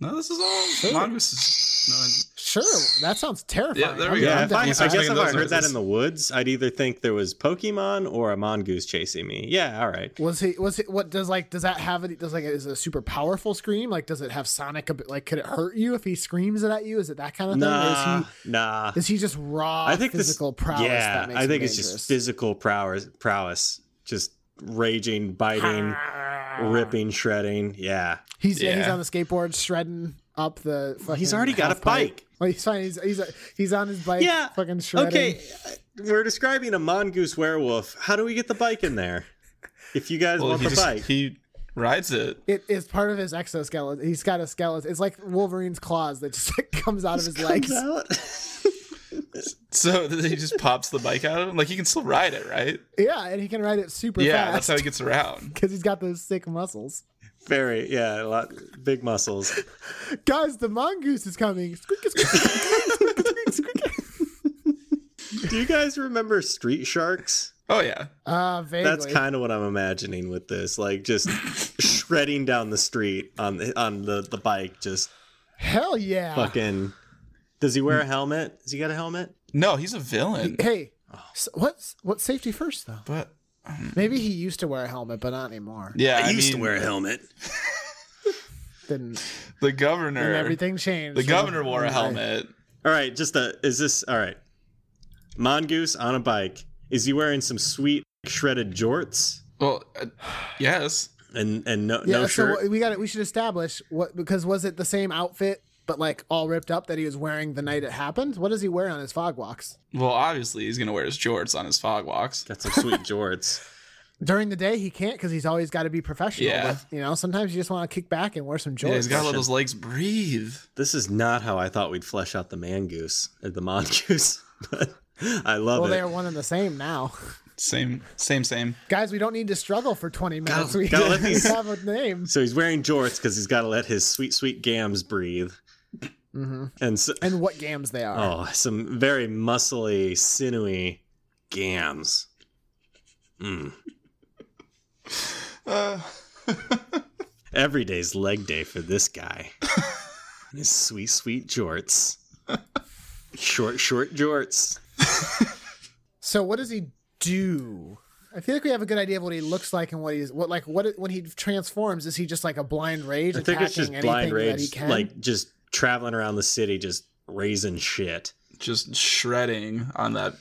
[SPEAKER 3] No, this is all
[SPEAKER 2] Sure.
[SPEAKER 3] mongoose. Is,
[SPEAKER 2] Sure, that sounds terrifying.
[SPEAKER 3] Oh, Yeah, there we
[SPEAKER 2] I'm-
[SPEAKER 3] go.
[SPEAKER 2] I'm
[SPEAKER 1] Yeah, if
[SPEAKER 2] down
[SPEAKER 1] I, I
[SPEAKER 2] with
[SPEAKER 1] guess
[SPEAKER 3] Sounds like
[SPEAKER 1] if I
[SPEAKER 3] those
[SPEAKER 1] heard that
[SPEAKER 3] noises.
[SPEAKER 1] in the woods, I'd either think there was Pokemon or a mongoose chasing me. Yeah, all right.
[SPEAKER 2] Was he? Was it? What does like? Does that have it? Does like is it a super powerful scream? Like does it have sonic? ab- Like could it hurt you if he screams it at you? Is it that kind of thing? Or
[SPEAKER 1] Nah,
[SPEAKER 2] is
[SPEAKER 1] nah.
[SPEAKER 2] he? Is he just raw
[SPEAKER 1] I think this-
[SPEAKER 2] physical prowess?
[SPEAKER 1] yeah,
[SPEAKER 2] that makes
[SPEAKER 1] I
[SPEAKER 2] him
[SPEAKER 1] think it's
[SPEAKER 2] dangerous?
[SPEAKER 1] just physical prowess, prowess, just raging, biting,
[SPEAKER 2] Ah.
[SPEAKER 1] ripping, shredding. Yeah,
[SPEAKER 2] He's yeah. he's
[SPEAKER 3] Yeah.
[SPEAKER 2] on the skateboard shredding up the. Fucking
[SPEAKER 1] he's already got a
[SPEAKER 2] half-pipe.
[SPEAKER 1] bike.
[SPEAKER 2] Well, he's fine. He's he's he's on his bike.
[SPEAKER 1] Yeah,
[SPEAKER 2] Fucking shredding.
[SPEAKER 1] Okay, uh, we're describing a mongoose werewolf. How do we get the bike in there? If you guys
[SPEAKER 3] well,
[SPEAKER 1] want
[SPEAKER 3] he
[SPEAKER 1] the
[SPEAKER 3] just
[SPEAKER 1] bike,
[SPEAKER 3] he rides it.
[SPEAKER 2] It is part of his exoskeleton. He's got a skeleton. It's like Wolverine's claws that just like comes out of his legs.
[SPEAKER 1] Comes out.
[SPEAKER 3] So then he just pops the bike out of him. Like he can still ride it, right?
[SPEAKER 2] Yeah, and he can ride it super
[SPEAKER 3] yeah, that's
[SPEAKER 2] fast
[SPEAKER 3] how he gets around.
[SPEAKER 2] because he's got those sick muscles.
[SPEAKER 1] Very, yeah, a lot, big muscles.
[SPEAKER 2] Guys, the mongoose is coming. Squeak, squeak, squeak, squeak, squeak, squeak.
[SPEAKER 1] Do you guys remember Street Sharks?
[SPEAKER 3] Oh yeah.
[SPEAKER 2] Uh, vaguely.
[SPEAKER 1] That's kind of what I'm imagining with this, like just shredding down the street on the on the the bike, just
[SPEAKER 2] Hell yeah.
[SPEAKER 1] fucking. Does he wear
[SPEAKER 2] Hmm.
[SPEAKER 1] a helmet? Has he got a helmet?
[SPEAKER 3] No, he's a villain.
[SPEAKER 2] Hey, s what's what's safety first though?
[SPEAKER 3] But
[SPEAKER 2] Maybe he used to wear a helmet, but not anymore.
[SPEAKER 3] yeah, I, mean, uh,
[SPEAKER 1] helmet.
[SPEAKER 2] Then,
[SPEAKER 3] The
[SPEAKER 2] then
[SPEAKER 3] governor.
[SPEAKER 2] everything changed.
[SPEAKER 3] The governor wore a
[SPEAKER 2] Right.
[SPEAKER 3] helmet.
[SPEAKER 1] All right, just a is this all right? Mongoose on a bike. Is he wearing some sweet shredded jorts
[SPEAKER 3] Well, uh, yes.
[SPEAKER 1] and and no
[SPEAKER 2] Yeah,
[SPEAKER 1] no
[SPEAKER 2] so
[SPEAKER 1] shirt?
[SPEAKER 2] what- we got it. We should establish what because was it the same outfit but like all ripped up that he was wearing the night it happened? What does he wear on his fog walks?
[SPEAKER 3] Well, obviously he's gonna wear his jorts on his fog walks.
[SPEAKER 1] Got some sweet jorts.
[SPEAKER 2] During the day he can't because he's always got to be professional.
[SPEAKER 3] Yeah.
[SPEAKER 2] with- you know, sometimes you just want to kick back and wear some jorts.
[SPEAKER 3] Yeah, he's gotta let those legs breathe.
[SPEAKER 1] This is not how I thought we'd flesh out the mongoose or the mongoose, but I love
[SPEAKER 2] well, they
[SPEAKER 1] it.
[SPEAKER 2] are one and the same now,
[SPEAKER 3] Same, same, same.
[SPEAKER 2] guys. We don't need to struggle for twenty minutes. we
[SPEAKER 1] gotta let these-
[SPEAKER 2] have a name,
[SPEAKER 1] So he's wearing jorts because he's got to let his sweet sweet gams breathe,
[SPEAKER 2] hmm
[SPEAKER 1] and so,
[SPEAKER 2] and what games they are.
[SPEAKER 1] oh, some very muscly, sinewy gams. Mm.
[SPEAKER 3] Uh,
[SPEAKER 1] Every day's leg day for this guy. And His sweet, sweet jorts. Short, short jorts.
[SPEAKER 2] So what does he do? I feel like we have a good idea of what he looks like and what he's what like what when he transforms is he just like a blind rage
[SPEAKER 1] I think
[SPEAKER 2] attacking
[SPEAKER 1] it's just
[SPEAKER 2] anything
[SPEAKER 1] blind
[SPEAKER 2] that he
[SPEAKER 1] rage,
[SPEAKER 2] can?
[SPEAKER 1] like just traveling around the city, just raising shit.
[SPEAKER 3] Just shredding on that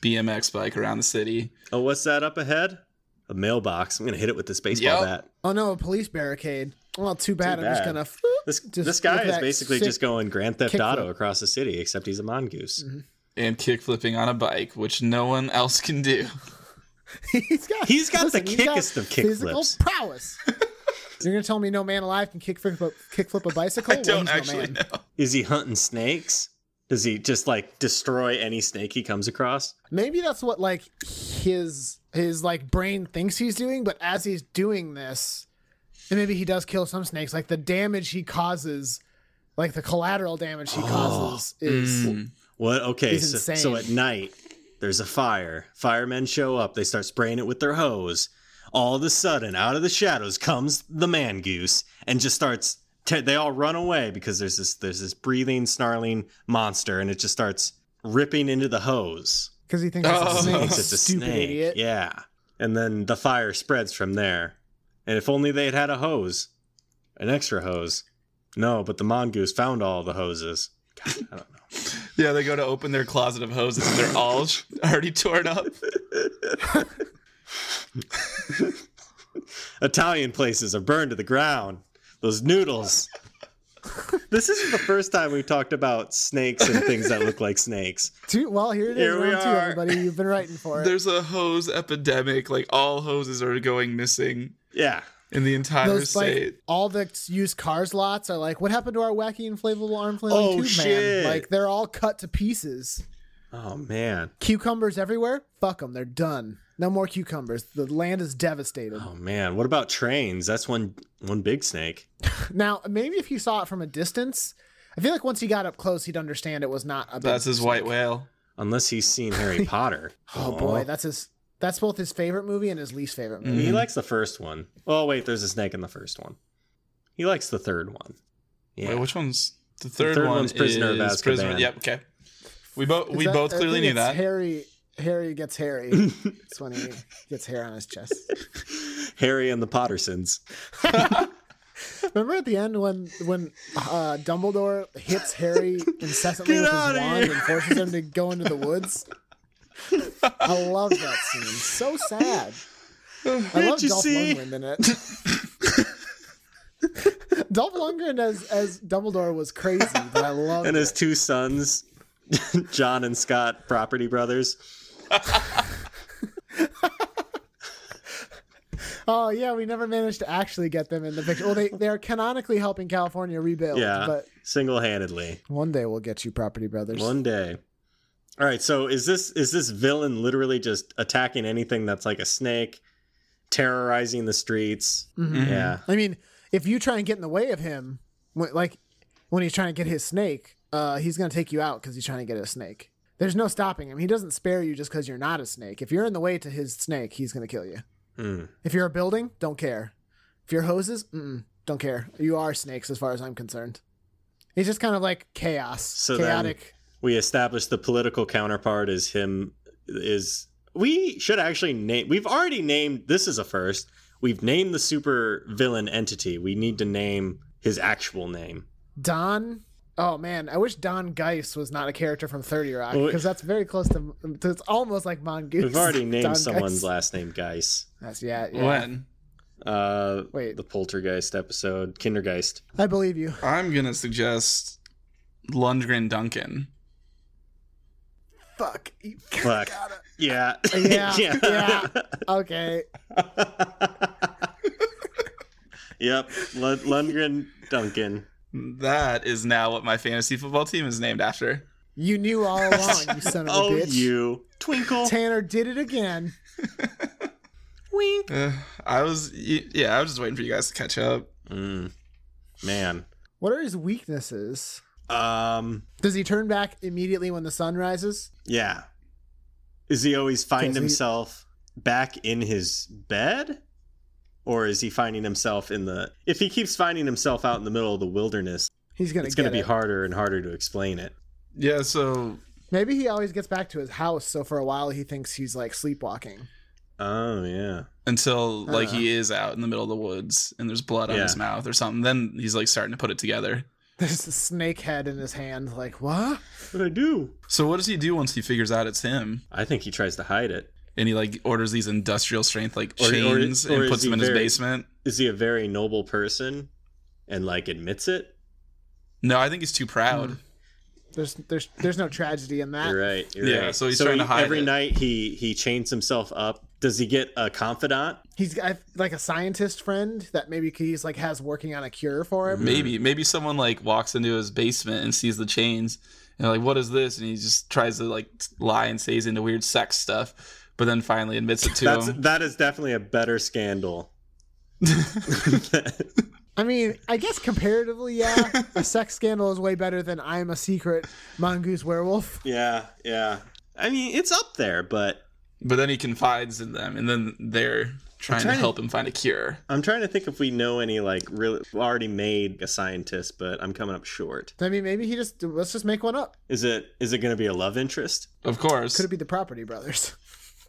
[SPEAKER 3] BMX bike around the city.
[SPEAKER 1] Oh, what's that up ahead? A mailbox. I'm gonna hit it with this baseball
[SPEAKER 3] Yep.
[SPEAKER 1] bat.
[SPEAKER 2] oh no, a police barricade. Well, too bad. I'm just
[SPEAKER 1] bad.
[SPEAKER 2] gonna.
[SPEAKER 1] This
[SPEAKER 2] Just
[SPEAKER 1] this guy
[SPEAKER 2] with
[SPEAKER 1] is
[SPEAKER 2] that
[SPEAKER 1] basically
[SPEAKER 2] sick
[SPEAKER 1] just going Grand Theft
[SPEAKER 2] kickflip.
[SPEAKER 1] Auto across the city, except he's a mongoose.
[SPEAKER 2] Mm.
[SPEAKER 3] And kick flipping on a bike, which no one else can do.
[SPEAKER 2] he's got.
[SPEAKER 1] He's got the
[SPEAKER 2] listen, he's got
[SPEAKER 1] kickest of kick
[SPEAKER 2] Physical
[SPEAKER 1] flips.
[SPEAKER 2] prowess. You're gonna tell me no man alive can kick flip a, kick flip a bicycle?
[SPEAKER 3] I don't
[SPEAKER 2] well, he's no
[SPEAKER 3] actually
[SPEAKER 2] man.
[SPEAKER 3] know.
[SPEAKER 1] Is he hunting snakes? Does he just like destroy any snake he comes across?
[SPEAKER 2] Maybe that's what like his his like brain thinks he's doing, but as he's doing this, and maybe he does kill some snakes. Like the damage he causes, like the collateral damage
[SPEAKER 1] Oh.
[SPEAKER 2] he causes is.
[SPEAKER 3] Mm.
[SPEAKER 1] What? Okay,
[SPEAKER 2] He's
[SPEAKER 1] so,
[SPEAKER 2] insane.
[SPEAKER 1] so at night there's a fire. Firemen show up. They start spraying it with their hose. All of a sudden, out of the shadows comes the man goose and just starts. Te- they all run away because there's this there's this breathing, snarling monster, and it just starts ripping into the hose.
[SPEAKER 2] Because he thinks it's
[SPEAKER 3] Oh.
[SPEAKER 2] a snake.
[SPEAKER 1] Thinks it's a
[SPEAKER 2] Stupid
[SPEAKER 1] snake.
[SPEAKER 2] idiot.
[SPEAKER 1] Yeah, and then the fire spreads from there. And if only they had had a hose, an extra hose. No, but the mongoose found all the hoses. God, I don't know.
[SPEAKER 3] Yeah, they go to open their closet of hoses and they're all already torn up.
[SPEAKER 1] Italian places are burned to the ground. Those noodles. this isn't the first time we've talked about snakes and things that look like snakes.
[SPEAKER 2] Two, well, here it is,
[SPEAKER 1] Here we
[SPEAKER 2] round two,
[SPEAKER 1] are.
[SPEAKER 2] everybody. You've been writing for it.
[SPEAKER 3] There's a hose epidemic. Like all hoses are going missing
[SPEAKER 1] Yeah.
[SPEAKER 3] in the entire
[SPEAKER 2] Those
[SPEAKER 3] state.
[SPEAKER 2] like all the used cars lots are like, what happened to our wacky inflatable arm flailing
[SPEAKER 1] Oh,
[SPEAKER 2] tube
[SPEAKER 1] shit.
[SPEAKER 2] man? Like they're all cut to pieces.
[SPEAKER 1] Oh man.
[SPEAKER 2] Cucumbers everywhere. Fuck them. They're done. No more cucumbers. The land is devastated.
[SPEAKER 1] Oh man. What about trains? That's one one big snake.
[SPEAKER 2] Now, maybe if you saw it from a distance, I feel like once he got up close, he'd understand it was not a. big-
[SPEAKER 3] That's his white whale.
[SPEAKER 1] Unless he's seen Harry Potter.
[SPEAKER 2] oh boy, that's his. That's both his favorite movie and his least favorite movie.
[SPEAKER 1] He likes the first one. Oh wait, there's a snake in the first one. He likes the third one. Yeah.
[SPEAKER 3] Wait, which one's the third,
[SPEAKER 1] third
[SPEAKER 3] one?
[SPEAKER 1] one's Prisoner of
[SPEAKER 3] is Prisoner-
[SPEAKER 1] Azkaban.
[SPEAKER 3] Yep. Okay. We both
[SPEAKER 2] Is
[SPEAKER 3] Mm. we
[SPEAKER 2] that-
[SPEAKER 3] both
[SPEAKER 2] I
[SPEAKER 3] clearly
[SPEAKER 2] think
[SPEAKER 3] knew
[SPEAKER 2] it's
[SPEAKER 3] that.
[SPEAKER 2] Harry Harry gets hairy. That's when he gets hair on his chest.
[SPEAKER 1] Harry and the Pottersons.
[SPEAKER 2] Remember at the end when when uh, Dumbledore hits Harry incessantly
[SPEAKER 1] Get
[SPEAKER 2] with his
[SPEAKER 1] outta
[SPEAKER 2] wand
[SPEAKER 1] here.
[SPEAKER 2] and forces him to go into the woods? I love that scene. So sad. I love
[SPEAKER 1] Oh, you
[SPEAKER 2] Dolph
[SPEAKER 1] see?
[SPEAKER 2] Lundgren in it. Dolph Lundgren as as Dumbledore was crazy, but I love
[SPEAKER 1] and
[SPEAKER 2] it.
[SPEAKER 1] his two sons, John and Scott, property brothers.
[SPEAKER 2] Oh yeah, we never managed to actually get them in the picture. Well, they they are canonically helping California rebuild,
[SPEAKER 1] Yeah,
[SPEAKER 2] but
[SPEAKER 1] single-handedly.
[SPEAKER 2] one day we'll get you, Property Brothers.
[SPEAKER 1] One day. All right. So is this is this villain literally just attacking anything that's like a snake, terrorizing the streets?
[SPEAKER 2] Mm-hmm.
[SPEAKER 3] Mhm.
[SPEAKER 1] Yeah.
[SPEAKER 2] I mean, if you try and get in the way of him, when, like when he's trying to get his snake, uh, he's gonna take you out because he's trying to get a snake. There's no stopping him. He doesn't spare you just because you're not a snake. If you're in the way to his snake, he's gonna kill you.
[SPEAKER 1] Hmm.
[SPEAKER 2] If you're a building, don't care. If you're hoses, mm-mm, don't care. You are snakes as far as I'm concerned. He's just kind of like chaos,
[SPEAKER 1] So then-
[SPEAKER 2] chaotic.
[SPEAKER 1] We established the political counterpart is him. Is we should actually name. We've already named. This is a first. We've named the super villain entity. We need to name his actual name.
[SPEAKER 2] Don. Oh man, I wish Don Geis was not a character from Thirty Rock
[SPEAKER 1] Well,
[SPEAKER 2] because that's very close to. It's almost like Mongoose.
[SPEAKER 1] We've already named
[SPEAKER 2] Don
[SPEAKER 1] someone's
[SPEAKER 2] Geis.
[SPEAKER 1] last name, Geis.
[SPEAKER 2] That's yeah. yeah.
[SPEAKER 3] When
[SPEAKER 1] Uh,
[SPEAKER 2] Wait.
[SPEAKER 1] the poltergeist episode, Kindergeist.
[SPEAKER 2] I believe you.
[SPEAKER 3] I'm gonna suggest Lundgren Duncan.
[SPEAKER 2] Fuck. You
[SPEAKER 1] Fuck.
[SPEAKER 2] gotta-
[SPEAKER 1] Yeah.
[SPEAKER 2] Uh, Yeah, Okay.
[SPEAKER 1] yep. Lund- Lundgren Duncan.
[SPEAKER 3] That is now what my fantasy football team is named after.
[SPEAKER 2] You knew all along, you son of a
[SPEAKER 1] Oh,
[SPEAKER 2] bitch.
[SPEAKER 1] you twinkle.
[SPEAKER 2] Tanner did it again.
[SPEAKER 1] Wink.
[SPEAKER 3] Uh, I was y- yeah, I was just waiting for you guys to catch up.
[SPEAKER 1] Mm, man.
[SPEAKER 2] What are his weaknesses?
[SPEAKER 1] Um.
[SPEAKER 2] Does he turn back immediately when the sun rises?
[SPEAKER 1] Yeah. Does he always find
[SPEAKER 2] Does he-
[SPEAKER 1] himself back in his bed? Or is he finding himself in the. If he keeps finding himself out in the middle of the wilderness,
[SPEAKER 2] He's gonna
[SPEAKER 1] it's
[SPEAKER 2] get
[SPEAKER 1] going to be
[SPEAKER 2] it.
[SPEAKER 1] harder and harder to explain it.
[SPEAKER 3] Yeah, so
[SPEAKER 2] Maybe he always gets back to his house, so for a while he thinks he's like sleepwalking.
[SPEAKER 1] Oh yeah.
[SPEAKER 3] until like
[SPEAKER 2] Uh.
[SPEAKER 3] he is out in the middle of the woods and there's blood on
[SPEAKER 1] Yeah.
[SPEAKER 3] his mouth or something. Then he's like starting to put it together.
[SPEAKER 2] There's a snake head in his hand. Like what?
[SPEAKER 1] What I do?
[SPEAKER 3] So what does he do once he figures out it's him?
[SPEAKER 1] I think he tries to hide it.
[SPEAKER 3] And he like orders these industrial strength like
[SPEAKER 1] Or- or-
[SPEAKER 3] chains
[SPEAKER 1] or
[SPEAKER 3] and
[SPEAKER 1] is
[SPEAKER 3] puts
[SPEAKER 1] he
[SPEAKER 3] them in his
[SPEAKER 1] very-
[SPEAKER 3] basement.
[SPEAKER 1] Is he a very noble person, and like admits it?
[SPEAKER 3] No, I think he's too proud.
[SPEAKER 2] There's there's there's no tragedy in that.
[SPEAKER 1] You're right. You're
[SPEAKER 3] Yeah,
[SPEAKER 1] right.
[SPEAKER 3] so he's trying to hide
[SPEAKER 1] Every
[SPEAKER 3] it.
[SPEAKER 1] night he he chains himself up. Does he get a confidant?
[SPEAKER 2] He's got like a scientist friend that maybe he's like has working on a cure for
[SPEAKER 1] Hmm.
[SPEAKER 2] him.
[SPEAKER 3] Maybe maybe someone like walks into his basement and sees the chains and like what is this? And he just tries to like lie and say he's into weird sex stuff, but then finally admits it to
[SPEAKER 1] That's
[SPEAKER 3] him.
[SPEAKER 1] that is definitely a better scandal.
[SPEAKER 2] I mean, I guess comparatively, yeah, a sex scandal is way better than I'm a secret mongoose werewolf.
[SPEAKER 1] yeah, yeah. I mean, it's up there, but
[SPEAKER 3] But then he confides in them, and then they're trying,
[SPEAKER 1] trying
[SPEAKER 3] to
[SPEAKER 1] to-
[SPEAKER 3] help him find a cure.
[SPEAKER 1] I'm trying to think if we know any like really already made a scientist, but I'm coming up short.
[SPEAKER 2] I mean, maybe he just let's just make one up.
[SPEAKER 1] Is it is it going to be a love interest?
[SPEAKER 3] Of course,
[SPEAKER 2] Could it be the Property Brothers?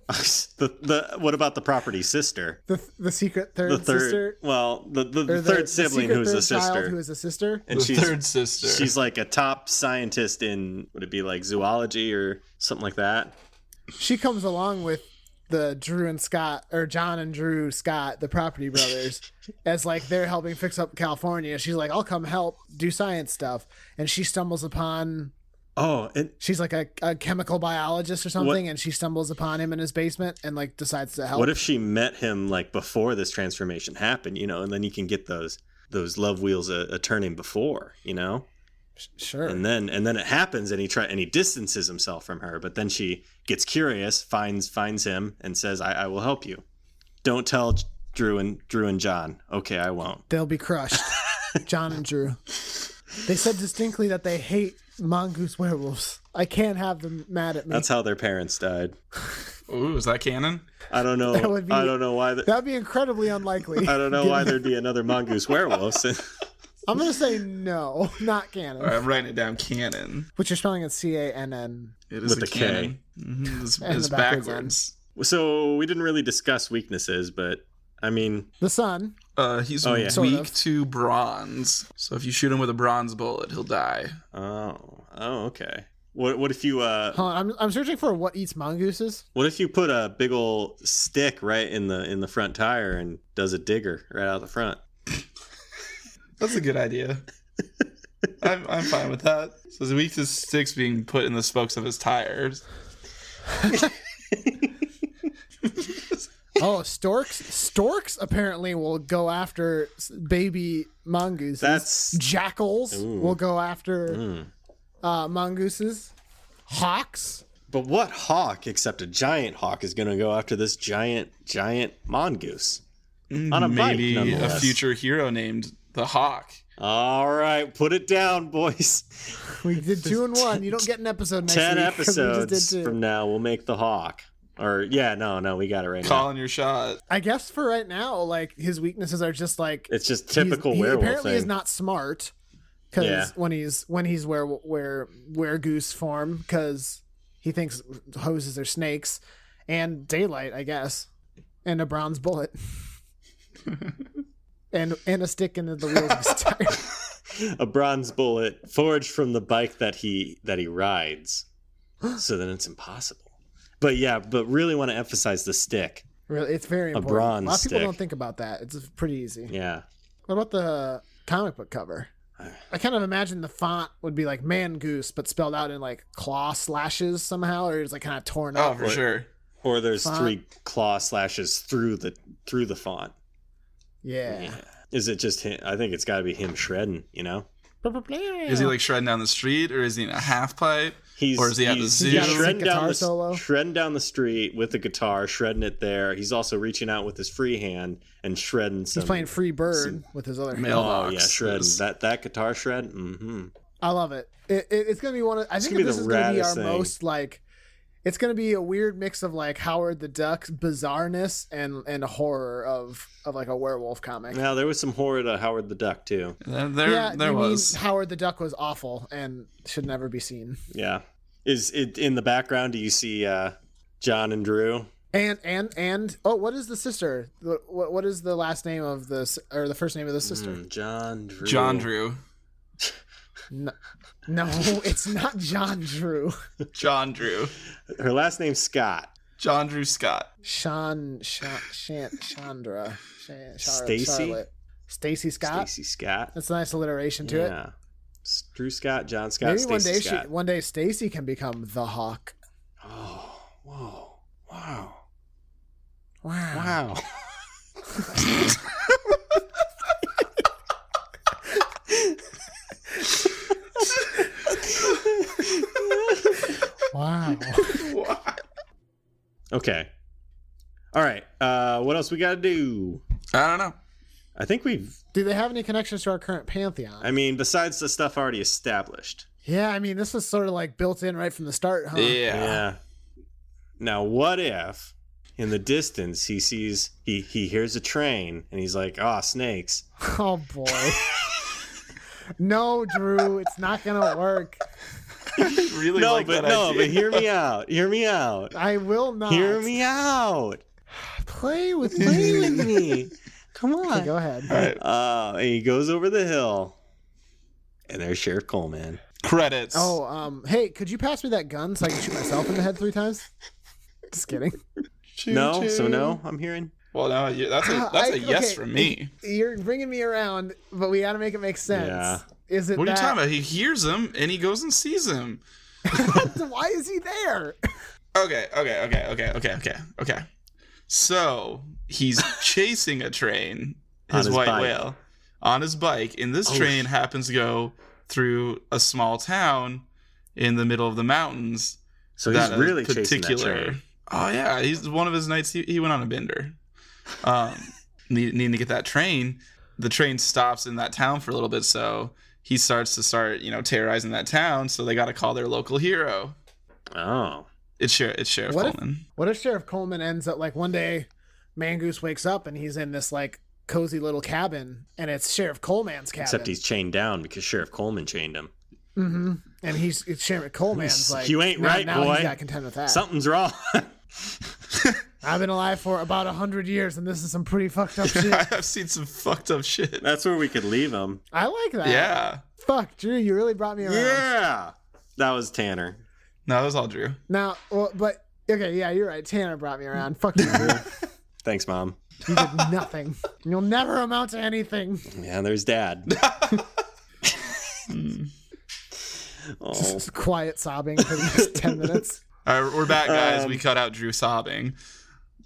[SPEAKER 1] the the what about the property sister?
[SPEAKER 2] The the secret third,
[SPEAKER 1] The third
[SPEAKER 2] sister,
[SPEAKER 1] well, the the,
[SPEAKER 2] or
[SPEAKER 1] the third sibling
[SPEAKER 2] secret
[SPEAKER 1] who's a
[SPEAKER 2] third child
[SPEAKER 1] sister,
[SPEAKER 2] who is a sister.
[SPEAKER 1] and
[SPEAKER 3] the
[SPEAKER 1] she's
[SPEAKER 3] third sister.
[SPEAKER 1] she's like a top scientist in would it be like zoology or something like that?
[SPEAKER 2] She comes along with the Drew and Scott or John and Drew Scott, the Property Brothers, as like they're helping fix up California. She's like, I'll come help do science stuff, and she stumbles upon.
[SPEAKER 1] Oh, and
[SPEAKER 2] She's like a, a chemical biologist or something, and she stumbles upon him in his basement and like decides to help.
[SPEAKER 1] what if she met him like before this transformation happened? You know, and then you can get those those love wheels uh, a, a turning before you know
[SPEAKER 2] sure.
[SPEAKER 1] and then and then it happens and he try and he distances himself from her but then she gets curious finds finds him and says i, I will help you don't tell J- drew and drew and john okay i won't
[SPEAKER 2] They'll be crushed. John and Drew. They said distinctly that they hate mongoose werewolves. I can't have them mad at me.
[SPEAKER 1] that's how their parents died
[SPEAKER 3] Ooh, is that canon?
[SPEAKER 1] i don't know
[SPEAKER 2] would be-
[SPEAKER 1] i don't know why the,
[SPEAKER 2] That'd be incredibly unlikely.
[SPEAKER 1] i don't know why there'd be another mongoose werewolves
[SPEAKER 2] I'm gonna say no, not canon.
[SPEAKER 3] All right, I'm writing it down. Canon.
[SPEAKER 2] Which you're spelling it C A N N.
[SPEAKER 3] It is
[SPEAKER 1] With
[SPEAKER 3] a
[SPEAKER 1] a K.
[SPEAKER 3] canon. Mhm, It's,
[SPEAKER 2] And
[SPEAKER 3] it's
[SPEAKER 2] the backwards
[SPEAKER 3] backwards.
[SPEAKER 1] so we didn't really discuss weaknesses but i mean
[SPEAKER 2] The sun.
[SPEAKER 3] Uh, he's
[SPEAKER 1] Oh, yeah.
[SPEAKER 2] Sort
[SPEAKER 3] weak
[SPEAKER 2] of.
[SPEAKER 3] to bronze, so if you shoot him with a bronze bullet, he'll die.
[SPEAKER 1] oh oh okay what, what if you uh
[SPEAKER 2] Hold on, I'm, I'm searching for what eats mongooses.
[SPEAKER 1] what if you put a big old stick right in the in the front tire and does a digger right out the front
[SPEAKER 3] That's a good idea. I'm, I'm fine with that. So he's weak to sticks being put in the spokes of his tires.
[SPEAKER 2] Oh, storks. Storks apparently will go after s- baby mongooses.
[SPEAKER 1] That's
[SPEAKER 2] jackals
[SPEAKER 1] Ooh.
[SPEAKER 2] will go after
[SPEAKER 1] Mm.
[SPEAKER 2] uh, mongooses. Hawks.
[SPEAKER 1] But what hawk except a giant hawk is going to go after this giant giant mongoose? On a bike,
[SPEAKER 3] Maybe a
[SPEAKER 1] nonetheless.
[SPEAKER 3] future hero named the Hawk.
[SPEAKER 1] All right, put it down, boys.
[SPEAKER 2] We did two and one. You don't get an episode next
[SPEAKER 1] Ten
[SPEAKER 2] week 'cause we just did
[SPEAKER 1] episodes
[SPEAKER 2] two.
[SPEAKER 1] from now, we'll make the hawk. Or yeah, no, no, we got it right now.
[SPEAKER 3] Calling your shot.
[SPEAKER 2] I guess for right now, like his weaknesses are just like
[SPEAKER 1] It's just
[SPEAKER 2] he's-
[SPEAKER 1] typical
[SPEAKER 2] he
[SPEAKER 1] werewolf
[SPEAKER 2] apparently
[SPEAKER 1] thing.
[SPEAKER 2] is not smart because
[SPEAKER 1] Yeah.
[SPEAKER 2] when he's when he's where where where goose form because he thinks hoses are snakes and daylight, I guess, and a bronze bullet. And, and a stick into the wheels of his tire.
[SPEAKER 1] a bronze bullet forged from the bike that he that he rides. so then it's impossible. But yeah, but really want to emphasize the stick.
[SPEAKER 2] Really, it's very important.
[SPEAKER 1] bronze
[SPEAKER 2] a lot of people
[SPEAKER 1] stick.
[SPEAKER 2] don't think about that. It's pretty easy.
[SPEAKER 1] Yeah.
[SPEAKER 2] What about the comic book cover? I kind of imagine the font would be like man goose, but spelled out in like claw slashes somehow, or it's like kind of torn
[SPEAKER 3] Oh,
[SPEAKER 2] up.
[SPEAKER 3] for sure.
[SPEAKER 1] Or there's
[SPEAKER 2] Font.
[SPEAKER 1] three claw slashes through the through the font.
[SPEAKER 2] Yeah.
[SPEAKER 1] Yeah. Is it just him? I think it's got to be him shredding, you know?
[SPEAKER 3] Is he like shredding down the street, or is he in a half pipe?
[SPEAKER 1] He's,
[SPEAKER 3] Or is he at the
[SPEAKER 1] he's-
[SPEAKER 3] zoo?
[SPEAKER 1] he's
[SPEAKER 3] Yeah,
[SPEAKER 1] shredding,
[SPEAKER 2] guitar
[SPEAKER 1] down the,
[SPEAKER 2] solo.
[SPEAKER 1] shredding down the street with the guitar, shredding it there. He's also reaching out with his free hand and shredding some.
[SPEAKER 2] He's playing Free Bird
[SPEAKER 1] some-
[SPEAKER 2] with his other.
[SPEAKER 3] Mail-
[SPEAKER 1] Oh, yeah,
[SPEAKER 3] Boxes.
[SPEAKER 1] shredding. That, that guitar shred? Mm-hmm.
[SPEAKER 2] I love it. it, it it's gonna be one of. I think
[SPEAKER 1] gonna be
[SPEAKER 2] this
[SPEAKER 1] the
[SPEAKER 2] is gonna be
[SPEAKER 1] raddest
[SPEAKER 2] our
[SPEAKER 1] thing.
[SPEAKER 2] most like. It's gonna be a weird mix of like Howard the Duck's bizarreness and and horror of of like a werewolf comic.
[SPEAKER 1] Now, there was some horror to Howard the Duck, too.
[SPEAKER 3] There, there,
[SPEAKER 2] yeah,
[SPEAKER 3] there
[SPEAKER 2] you
[SPEAKER 3] was.
[SPEAKER 2] mean Howard the Duck was awful and should never be seen.
[SPEAKER 1] Yeah. Is it in the background? Do you see uh, John and Drew
[SPEAKER 2] And and and oh, what is the sister? What what, what is the last name of this or the first name of the sister?
[SPEAKER 1] Mm, John Drew.
[SPEAKER 3] John Drew.
[SPEAKER 1] Mm.
[SPEAKER 2] No, no, it's not John Drew.
[SPEAKER 3] John Drew.
[SPEAKER 1] Her last name's Scott.
[SPEAKER 3] John Drew Scott.
[SPEAKER 2] Sean, Sean, Shan, Chandra, Shan, Char-
[SPEAKER 1] Stacy?
[SPEAKER 2] Charlotte. Stacy Scott.
[SPEAKER 1] Stacy Scott.
[SPEAKER 2] That's a nice alliteration to it.
[SPEAKER 1] yeah. S- Drew Scott, John Scott,
[SPEAKER 2] Maybe
[SPEAKER 1] Stacy
[SPEAKER 2] one day
[SPEAKER 1] Scott.
[SPEAKER 2] she, one day Stacy can become the Hawk.
[SPEAKER 1] Oh, whoa. Wow.
[SPEAKER 2] Wow.
[SPEAKER 1] Wow.
[SPEAKER 2] Wow.
[SPEAKER 1] okay. All right. Uh, what else we got to do?
[SPEAKER 3] I don't know.
[SPEAKER 1] I think we've,
[SPEAKER 2] Do they have any connections to our current pantheon?
[SPEAKER 1] I mean, besides the stuff already established.
[SPEAKER 2] yeah, I mean, this was sort of like built in right from the start, huh?
[SPEAKER 3] Yeah.
[SPEAKER 1] Yeah. Now, what if in the distance he sees, he, he hears a train and he's like, ah, snakes.
[SPEAKER 2] Oh boy. no, Drew, it's not gonna work.
[SPEAKER 3] really
[SPEAKER 1] no,
[SPEAKER 3] like
[SPEAKER 1] but
[SPEAKER 3] that
[SPEAKER 1] no,
[SPEAKER 3] idea.
[SPEAKER 1] but hear me out. Hear me out.
[SPEAKER 2] I will not.
[SPEAKER 1] Hear me out.
[SPEAKER 2] Play with
[SPEAKER 1] Play
[SPEAKER 2] me.
[SPEAKER 1] with me. Come
[SPEAKER 2] Okay,
[SPEAKER 1] on.
[SPEAKER 2] go ahead.
[SPEAKER 3] All right.
[SPEAKER 1] Uh, and he goes over the hill, and there's Sheriff Coleman.
[SPEAKER 3] Credits.
[SPEAKER 2] Oh, um, hey, could you pass me that gun so I can shoot myself in the head three times? Just kidding.
[SPEAKER 1] No,
[SPEAKER 3] Choo-choo.
[SPEAKER 1] so no, Ah, I'm hearing.
[SPEAKER 3] Well, no, you- that's a that's
[SPEAKER 2] I-
[SPEAKER 3] a yes
[SPEAKER 2] okay.
[SPEAKER 3] from me.
[SPEAKER 2] You're bringing me around, but we got to make it make sense.
[SPEAKER 1] Yeah.
[SPEAKER 2] Is it?
[SPEAKER 3] What are you
[SPEAKER 2] that-
[SPEAKER 3] talking about? He hears him and he goes and sees him.
[SPEAKER 2] Why is he there?
[SPEAKER 3] Okay, okay, okay, okay, okay, okay, okay. So he's chasing a train,
[SPEAKER 1] On
[SPEAKER 3] his,
[SPEAKER 1] his
[SPEAKER 3] white
[SPEAKER 1] bike.
[SPEAKER 3] whale, on his bike, and this
[SPEAKER 1] Oh,
[SPEAKER 3] train
[SPEAKER 1] sh-
[SPEAKER 3] happens to go through a small town in the middle of the mountains.
[SPEAKER 1] So he's
[SPEAKER 3] that a
[SPEAKER 1] really chasing that train.
[SPEAKER 3] Oh yeah, he's one of his nights. He, he went on a bender, um, need, needing to get that train. The train stops in that town for a little bit, so he starts to start you know terrorizing that town. So they got to call their local hero.
[SPEAKER 1] Oh,
[SPEAKER 3] It's Sheriff. It's Sheriff
[SPEAKER 2] What if-
[SPEAKER 3] Coleman.
[SPEAKER 2] What if Sheriff Coleman ends up like one day, Mangoose wakes up and he's in this like cozy little cabin, and it's Sheriff Coleman's cabin.
[SPEAKER 1] except he's chained down because Sheriff Coleman chained him.
[SPEAKER 2] hmm And he's it's Sheriff Coleman's like
[SPEAKER 1] You ain't
[SPEAKER 2] "Now-
[SPEAKER 1] right,
[SPEAKER 2] now
[SPEAKER 1] boy."
[SPEAKER 2] He's got content with that.
[SPEAKER 1] Something's wrong.
[SPEAKER 2] I've been alive for about a hundred years, and this is some pretty fucked up shit.
[SPEAKER 3] I've seen some fucked up shit.
[SPEAKER 1] That's where we could leave him.
[SPEAKER 2] I like that.
[SPEAKER 3] Yeah.
[SPEAKER 2] Fuck, Drew, you really brought me around.
[SPEAKER 1] Yeah, that was Tanner.
[SPEAKER 3] No, that was all Drew.
[SPEAKER 2] Now, well, but okay, yeah, you're right. Tanner brought me around. Fuck you, Drew.
[SPEAKER 1] Thanks, mom.
[SPEAKER 2] You did nothing. You'll never amount to anything.
[SPEAKER 1] Yeah, there's Dad. oh,
[SPEAKER 2] Just quiet sobbing for the next ten minutes.
[SPEAKER 3] All right, we're back, guys.
[SPEAKER 1] Um,
[SPEAKER 3] we cut out Drew sobbing.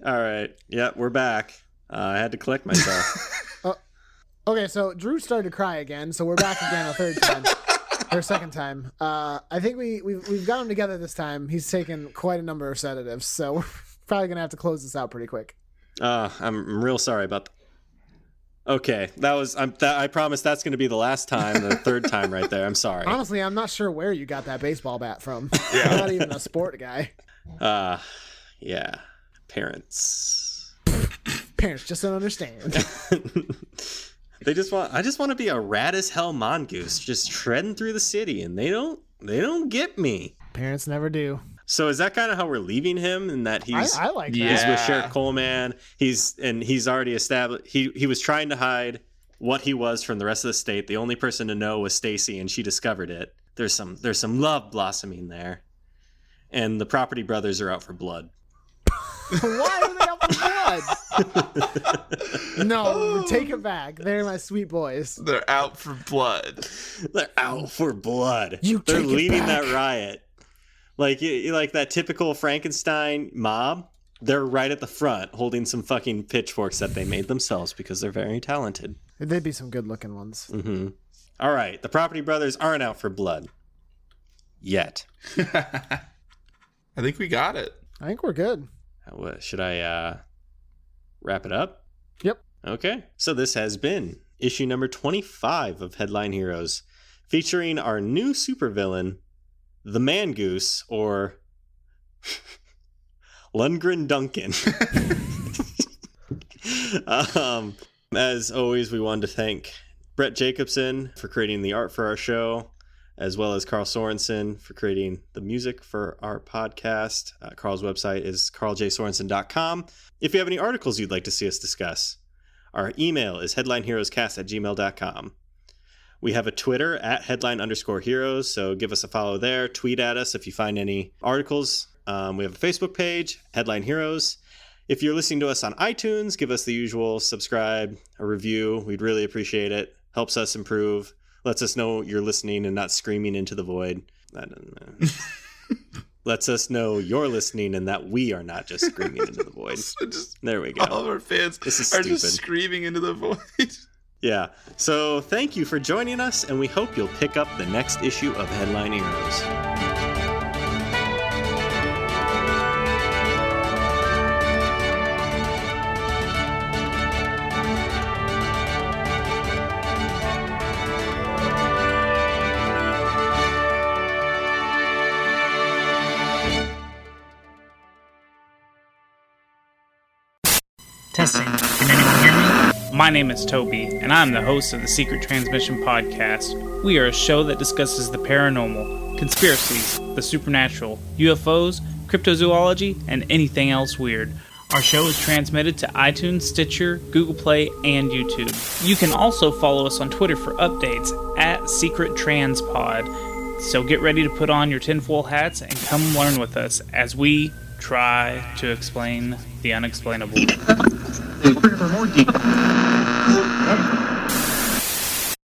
[SPEAKER 1] all right. Yep, we're back. Uh, I had to collect myself.
[SPEAKER 2] Okay, so Drew started to cry again, so we're back again a third time. Or a second time. Uh, I think we, we've, we've got him together this time. He's taken quite a number of sedatives, so we're probably going to have to close this out pretty quick.
[SPEAKER 1] Uh, I'm, I'm real sorry about that. Okay, that was. I'm, that, I promise that's going to be the last time, the third time right there. I'm sorry.
[SPEAKER 2] Honestly, I'm not sure where you got that baseball bat from.
[SPEAKER 3] Yeah.
[SPEAKER 2] I'm not even a sport guy.
[SPEAKER 1] Uh, yeah, parents.
[SPEAKER 2] Parents just don't understand.
[SPEAKER 1] they just want. I just want to be a rat as hell mongoose, just treading through the city, and they don't. They don't get me.
[SPEAKER 2] Parents never do.
[SPEAKER 1] So is that kind of how we're leaving him, and that
[SPEAKER 2] I,
[SPEAKER 1] he's
[SPEAKER 2] I like that.
[SPEAKER 3] Yeah.
[SPEAKER 1] he's with Sheriff Coleman. He's and he's already established. He he was trying to hide what he was from the rest of the state. The only person to know was Stacy, and she discovered it. There's some there's some love blossoming there, and the property brothers are out for blood.
[SPEAKER 2] Why are they up for blood? no, take it back. They're my sweet boys.
[SPEAKER 3] They're out for blood.
[SPEAKER 1] They're out for blood.
[SPEAKER 2] Mm. You
[SPEAKER 1] They're
[SPEAKER 2] take it
[SPEAKER 1] leading
[SPEAKER 2] back.
[SPEAKER 1] that riot. Like you, you- like that typical Frankenstein mob. They're right at the front holding some fucking pitchforks that they made themselves because they're very talented.
[SPEAKER 2] They'd be some good looking ones.
[SPEAKER 1] Mm-hmm. All right, the property brothers aren't out for blood yet.
[SPEAKER 3] I think we got it.
[SPEAKER 2] I think we're good.
[SPEAKER 1] What, should I uh, wrap it up?
[SPEAKER 2] Yep.
[SPEAKER 1] Okay. So this has been issue number 25 of Headline Heroes, featuring our new supervillain, the Man Goose, or Lundgren Duncan. um, as always, we wanted to thank Brett Jacobson for creating the art for our show. as well as Carl Sorensen for creating the music for our podcast. Uh, Carl's website is carljsorensen.com. If you have any articles you'd like to see us discuss, our email is headlineheroescast at gmail.com. We have a Twitter at headline underscore heroes, so give us a follow there. Tweet at us if you find any articles. Um, we have a Facebook page, Headline Heroes. If you're listening to us on iTunes, give us the usual subscribe, a review. We'd really appreciate it. Helps us improve, lets us know you're listening and not screaming into the void. That doesn't lets us know you're listening and that we are not just screaming into the void.
[SPEAKER 3] just
[SPEAKER 1] There we
[SPEAKER 3] all
[SPEAKER 1] go.
[SPEAKER 3] of our fans
[SPEAKER 1] This is
[SPEAKER 3] are just
[SPEAKER 1] stupid.
[SPEAKER 3] screaming into the void.
[SPEAKER 1] Yeah. So thank you for joining us, and we hope you'll pick up the next issue of Headline Heroes.
[SPEAKER 4] Testing. Can anyone hear me? My name is Toby, and I'm the host of the Secret Transmission Podcast. We are a show that discusses the paranormal, conspiracies, the supernatural, UFOs, cryptozoology, and anything else weird. Our show is transmitted to iTunes, Stitcher, Google Play, and YouTube. You can also follow us on Twitter for updates at Secret Transpod. So get ready to put on your tinfoil hats and come learn with us as we try to explain the unexplainable.
[SPEAKER 5] Hey, we're looking for more details.